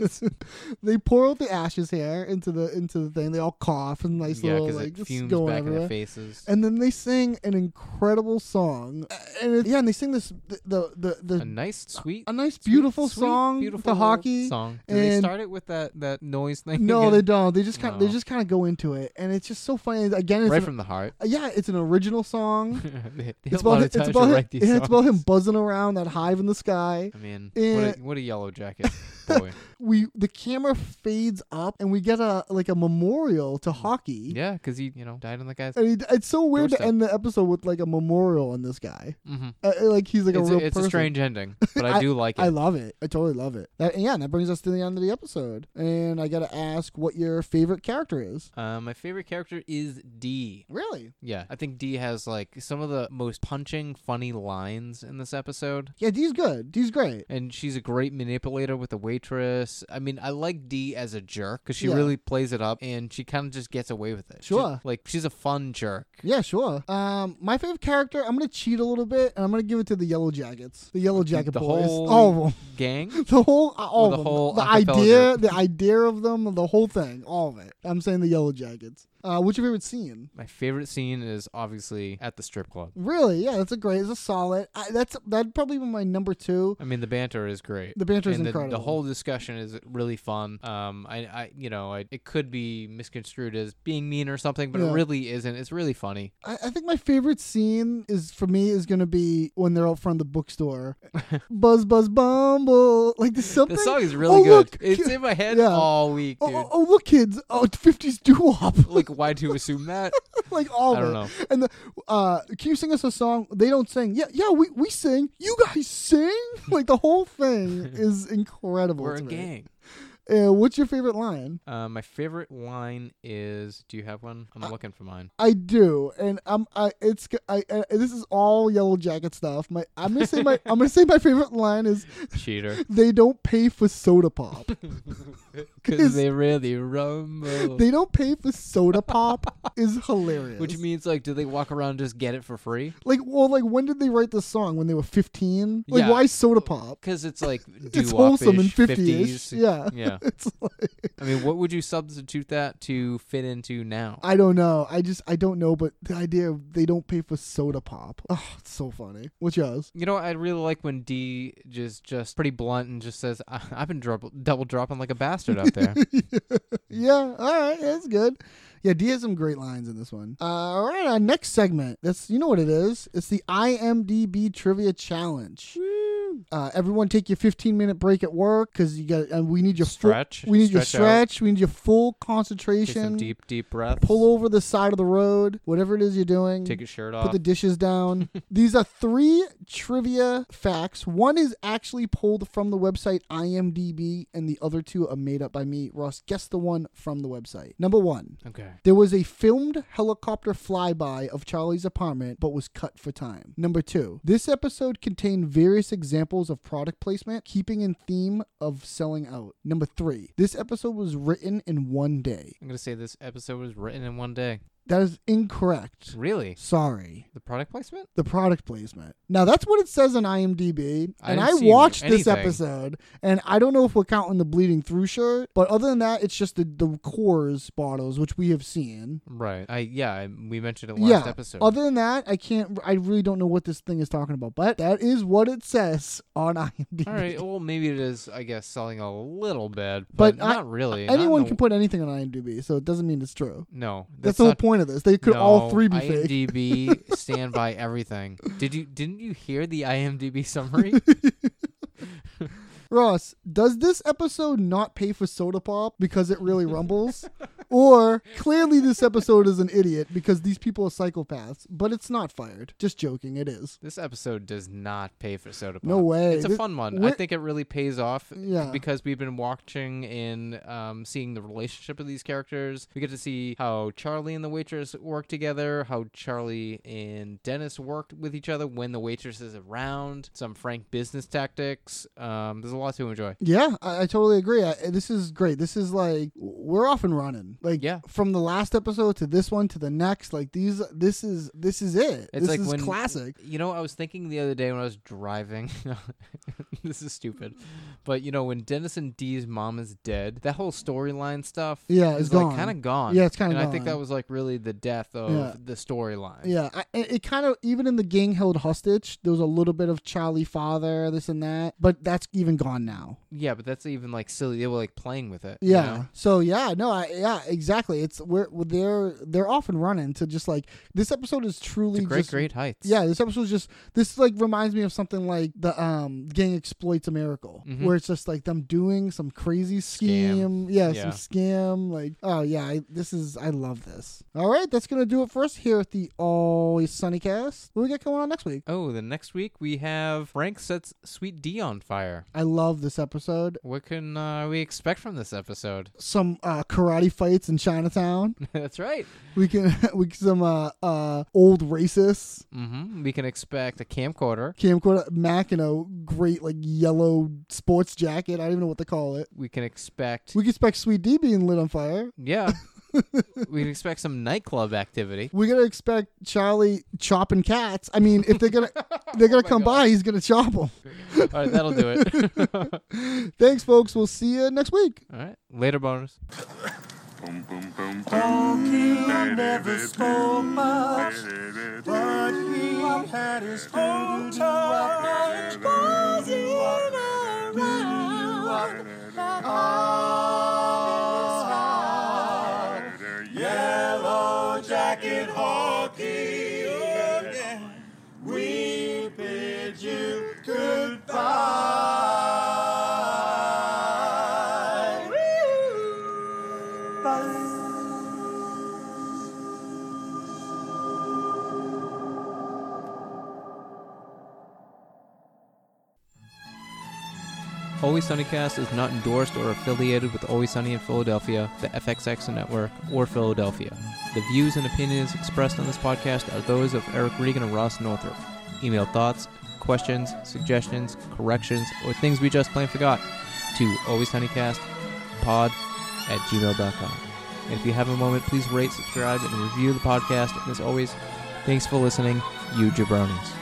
Speaker 4: They pour out the ashes here into the into the thing. They all cough and nice
Speaker 1: yeah,
Speaker 4: little
Speaker 1: because
Speaker 4: like
Speaker 1: it fumes
Speaker 4: going
Speaker 1: back in
Speaker 4: everywhere.
Speaker 1: their faces.
Speaker 4: And then they sing an incredible song, and it, yeah, and they sing this the the the,
Speaker 1: a nice, sweet,
Speaker 4: a nice,
Speaker 1: sweet-
Speaker 4: beautiful
Speaker 1: sweet,
Speaker 4: song
Speaker 1: beautiful
Speaker 4: to
Speaker 1: little
Speaker 4: hockey
Speaker 1: song. Do they
Speaker 4: and-
Speaker 1: start it with that that noise thing?
Speaker 4: No,
Speaker 1: again?
Speaker 4: they don't. They just kind of they
Speaker 1: No.
Speaker 4: just kind of go into it, and it's just so funny. Again, it's
Speaker 1: Right
Speaker 4: an- uh,
Speaker 1: from the heart.
Speaker 4: yeah, it's an original song.
Speaker 1: They- they
Speaker 4: it's
Speaker 1: have a lot
Speaker 4: about
Speaker 1: of
Speaker 4: hi- it's
Speaker 1: time to
Speaker 4: about him,
Speaker 1: write these
Speaker 4: yeah, it's about him
Speaker 1: songs.
Speaker 4: buzzing around that hive in the sky.
Speaker 1: I mean, what,
Speaker 4: Yeah.
Speaker 1: a, what a yellow jacket. boy.
Speaker 4: we the camera fades up and we get a like a memorial to hockey.
Speaker 1: Mm-hmm. yeah, because he, you know, died on the guy's.
Speaker 4: And he, it's so weird to
Speaker 1: Doorstep.
Speaker 4: end the episode with like a memorial on this guy.
Speaker 1: Mhm.
Speaker 4: Uh, like he's like
Speaker 1: It's,
Speaker 4: a
Speaker 1: a,
Speaker 4: real
Speaker 1: it's a
Speaker 4: person.
Speaker 1: strange ending, but I do like it.
Speaker 4: I love it. I totally love it. That, and yeah, that brings us to the end of the episode. And I gotta ask what your favorite character is.
Speaker 1: uh, my favorite character is D.
Speaker 4: Really?
Speaker 1: Yeah, I think D has like some of the most punching, funny lines in this episode.
Speaker 4: Yeah, Dee's good. Dee's great.
Speaker 1: And she's a great manipulator with the waitress. I mean, I like D as a jerk because she
Speaker 4: Yeah.
Speaker 1: really plays it up and she kind of just gets away with it. She's-
Speaker 4: Sure.
Speaker 1: like, she's a fun jerk.
Speaker 4: Yeah, sure. Um, my favorite character. I'm gonna cheat a little bit, and I'm gonna give it to the Yellow Jackets. The Yellow Jacket
Speaker 1: the
Speaker 4: boys.
Speaker 1: whole
Speaker 4: All of 'em.
Speaker 1: gang?
Speaker 4: The whole, uh, all
Speaker 1: the
Speaker 4: of 'em.
Speaker 1: whole
Speaker 4: the
Speaker 1: acapella
Speaker 4: idea,
Speaker 1: group.
Speaker 4: the idea of them, the whole thing, all of it. I'm saying the Yellow Jackets. Uh, what's your favorite scene?
Speaker 1: My favorite scene is obviously at the strip club.
Speaker 4: Really? Yeah, that's a great. It's a solid. I, that's that'd probably be my number two.
Speaker 1: I mean, the banter is great.
Speaker 4: The banter is
Speaker 1: And The,
Speaker 4: incredible.
Speaker 1: the whole discussion is really fun. Um, I, I you know, I, it could be misconstrued as being mean or something, but
Speaker 4: Yeah.
Speaker 1: it really isn't. It's really funny.
Speaker 4: I, I think my favorite scene is for me is gonna be when they're out front of the bookstore. buzz, buzz, bumble. Like there's something.
Speaker 1: The song is really
Speaker 4: oh,
Speaker 1: good.
Speaker 4: Look,
Speaker 1: it's
Speaker 4: ki-
Speaker 1: in my head
Speaker 4: yeah.
Speaker 1: all week,
Speaker 4: Oh,
Speaker 1: dude.
Speaker 4: oh, oh, look, kids! Oh, fifties doo wop,
Speaker 1: Like, why do you assume that?
Speaker 4: like all
Speaker 1: I
Speaker 4: of
Speaker 1: don't
Speaker 4: it. And the, uh, can you sing us a song? They don't sing. Yeah, yeah, we, we sing. You guys sing. Like the whole thing is incredible.
Speaker 1: We're a
Speaker 4: to me.
Speaker 1: gang.
Speaker 4: Uh, what's your favorite line?
Speaker 1: Uh, my favorite line is, "Do you have one?" I'm
Speaker 4: Uh.
Speaker 1: looking for mine.
Speaker 4: I do, and um, I it's I, I this is all Yellow Jacket stuff. My I'm gonna say my I'm gonna say my favorite line is
Speaker 1: Cheater,
Speaker 4: they don't pay for soda pop.
Speaker 1: because they really rumble.
Speaker 4: they don't pay for soda pop is hilarious.
Speaker 1: Which means, like, do they walk around and just get it for free?
Speaker 4: like well, like when did they write this song? When they were 15? Like
Speaker 1: Yeah.
Speaker 4: why soda pop?
Speaker 1: Because it's like
Speaker 4: It's wholesome and
Speaker 1: 50s.
Speaker 4: 50s. Yeah,
Speaker 1: yeah.
Speaker 4: it's like
Speaker 1: I mean, what would you substitute that to fit into now?
Speaker 4: I don't know. I just I don't know. But the idea of they don't pay for soda pop. Oh, it's so funny. What's yours?
Speaker 1: You know, I really like when D just just pretty blunt and just says, "I- "I've been double, double dropping like a bastard out there."
Speaker 4: Yeah, all right, that's good. Yeah, D has some great lines in this one. Uh, all right, our next segment. That's you know what it is. It's the IMDb trivia challenge. Uh, everyone, take your 15 minute break at work because you got and we need your full-
Speaker 1: Stretch,
Speaker 4: we need your
Speaker 1: stretch out.
Speaker 4: stretch. We need your full
Speaker 1: Take some
Speaker 4: concentration.
Speaker 1: deep, deep breaths.
Speaker 4: Pull over the side of the road. Whatever it is you're doing.
Speaker 1: Take your shirt
Speaker 4: Put
Speaker 1: off.
Speaker 4: the dishes down. These are three trivia facts. One is actually pulled from the website IMDb, and the other two are made up by me. Ross, guess the one from the website. Number one.
Speaker 1: okay.
Speaker 4: There was a filmed helicopter flyby of Charlie's apartment, but was cut for time. Number two, this episode contained various examples of product placement, keeping in theme of selling out. Number three, this episode was written in one day.
Speaker 1: I'm gonna say this episode was written in one day.
Speaker 4: That is incorrect.
Speaker 1: Really?
Speaker 4: Sorry.
Speaker 1: The product placement?
Speaker 4: the product placement. Now that's what it says on IMDb,
Speaker 1: I
Speaker 4: and I,
Speaker 1: didn't see
Speaker 4: watched this
Speaker 1: anything.
Speaker 4: episode, and I don't know if we're counting the bleeding through shirt, but other than that, it's just the the Coors bottles which we have seen.
Speaker 1: Right. I yeah. I, we mentioned it last
Speaker 4: yeah.
Speaker 1: episode.
Speaker 4: Other than that, I can't. I really don't know what this thing is talking about, but that is what it says on IMDb.
Speaker 1: All right. Well, maybe it is. I guess selling a little bit,
Speaker 4: But
Speaker 1: but,
Speaker 4: I-
Speaker 1: not really. Not in
Speaker 4: Anyone
Speaker 1: the-
Speaker 4: can put anything on IMDb, so it doesn't mean it's true.
Speaker 1: No,
Speaker 4: That's, the whole
Speaker 1: not-
Speaker 4: point of this. They could all
Speaker 1: No,
Speaker 4: three be fake.
Speaker 1: IMDb stand by everything. Did you didn't you hear the IMDb summary?
Speaker 4: Ross, does this episode not pay for soda pop because it really rumbles? or clearly this episode is an idiot because these people are psychopaths, but it's not fired. Just joking, it is.
Speaker 1: this episode does not pay for soda pop.
Speaker 4: No way.
Speaker 1: It's a
Speaker 4: This-
Speaker 1: fun one. I
Speaker 4: we're-
Speaker 1: think it really pays off
Speaker 4: Yeah.
Speaker 1: because we've been watching and um, seeing the relationship of these characters. We get to see how Charlie and the waitress work together, how Charlie and Dennis worked with each other when the waitress is around, some frank business tactics. Um, there's a lot to enjoy.
Speaker 4: Yeah, I, I totally agree. I, this is great. This is like we're off and running. Like
Speaker 1: Yeah.
Speaker 4: from the last episode to this one to the next, like these this is this is it.
Speaker 1: It's
Speaker 4: this
Speaker 1: like
Speaker 4: is
Speaker 1: when
Speaker 4: classic.
Speaker 1: You know, I was thinking the other day when I was driving. this is stupid, but you know, when Dennis and Dee's mom is dead, that whole storyline stuff,
Speaker 4: Yeah,
Speaker 1: is
Speaker 4: it's
Speaker 1: like
Speaker 4: gone.
Speaker 1: kind of gone.
Speaker 4: Yeah, it's kinda
Speaker 1: And I think
Speaker 4: gone.
Speaker 1: that was like really the death of
Speaker 4: Yeah.
Speaker 1: the storyline.
Speaker 4: Yeah, I, it it kind of even in the gang held hostage, there was a little bit of Charlie father, this and that, but that's even gone now.
Speaker 1: yeah, but that's even like silly. They were like playing with it. you
Speaker 4: Yeah.
Speaker 1: know?
Speaker 4: So yeah, no, I yeah, exactly. It's where they're they're often running to just like this episode is truly
Speaker 1: Great,
Speaker 4: just-
Speaker 1: great heights.
Speaker 4: Yeah, this episode is just this like reminds me of something like the um gang exploits a miracle,
Speaker 1: Mm-hmm.
Speaker 4: where it's just like them doing some crazy scheme, yeah,
Speaker 1: Yeah.
Speaker 4: some scam. Like, oh yeah, I, this is I love this. All right, that's gonna do it for us here at the Always Sunny Cast. What we got going on next week?
Speaker 1: Oh, the next week we have Frank sets Sweet D on fire.
Speaker 4: I love this episode.
Speaker 1: What can uh, we expect from this episode?
Speaker 4: Some uh, karate fights in Chinatown.
Speaker 1: That's right.
Speaker 4: We can we some uh, uh old racists
Speaker 1: hmm We can expect a camcorder.
Speaker 4: camcorder Mac in a great like yellow sports jacket. I don't even know what to call it.
Speaker 1: We can expect.
Speaker 4: We can expect Sweet D being lit on fire.
Speaker 1: yeah. we can expect some nightclub activity.
Speaker 4: We're gonna expect Charlie chopping cats. I mean, if they're gonna they're gonna come by, he's gonna chop them.
Speaker 1: All right, that'll do it.
Speaker 4: Thanks, folks. We'll see you next week.
Speaker 1: All right. Later bonus.
Speaker 9: Boom, boom, boom, boom. you never spoke much, but he had his own touch. Buzzing around on his yellow jacket hockey again. We bid you goodbye.
Speaker 1: Always Sunnycast is not endorsed or affiliated with Always Sunny in Philadelphia, the FXX Network, or Philadelphia. The views and opinions expressed on this podcast are those of Eric Regan and Ross Northrup. Email thoughts, questions, suggestions, corrections, or things we just plain forgot to alwayssunnycastpod at gmail.com. And if you have a moment, please rate, subscribe, and review the podcast. And as always, thanks for listening, you jabronis.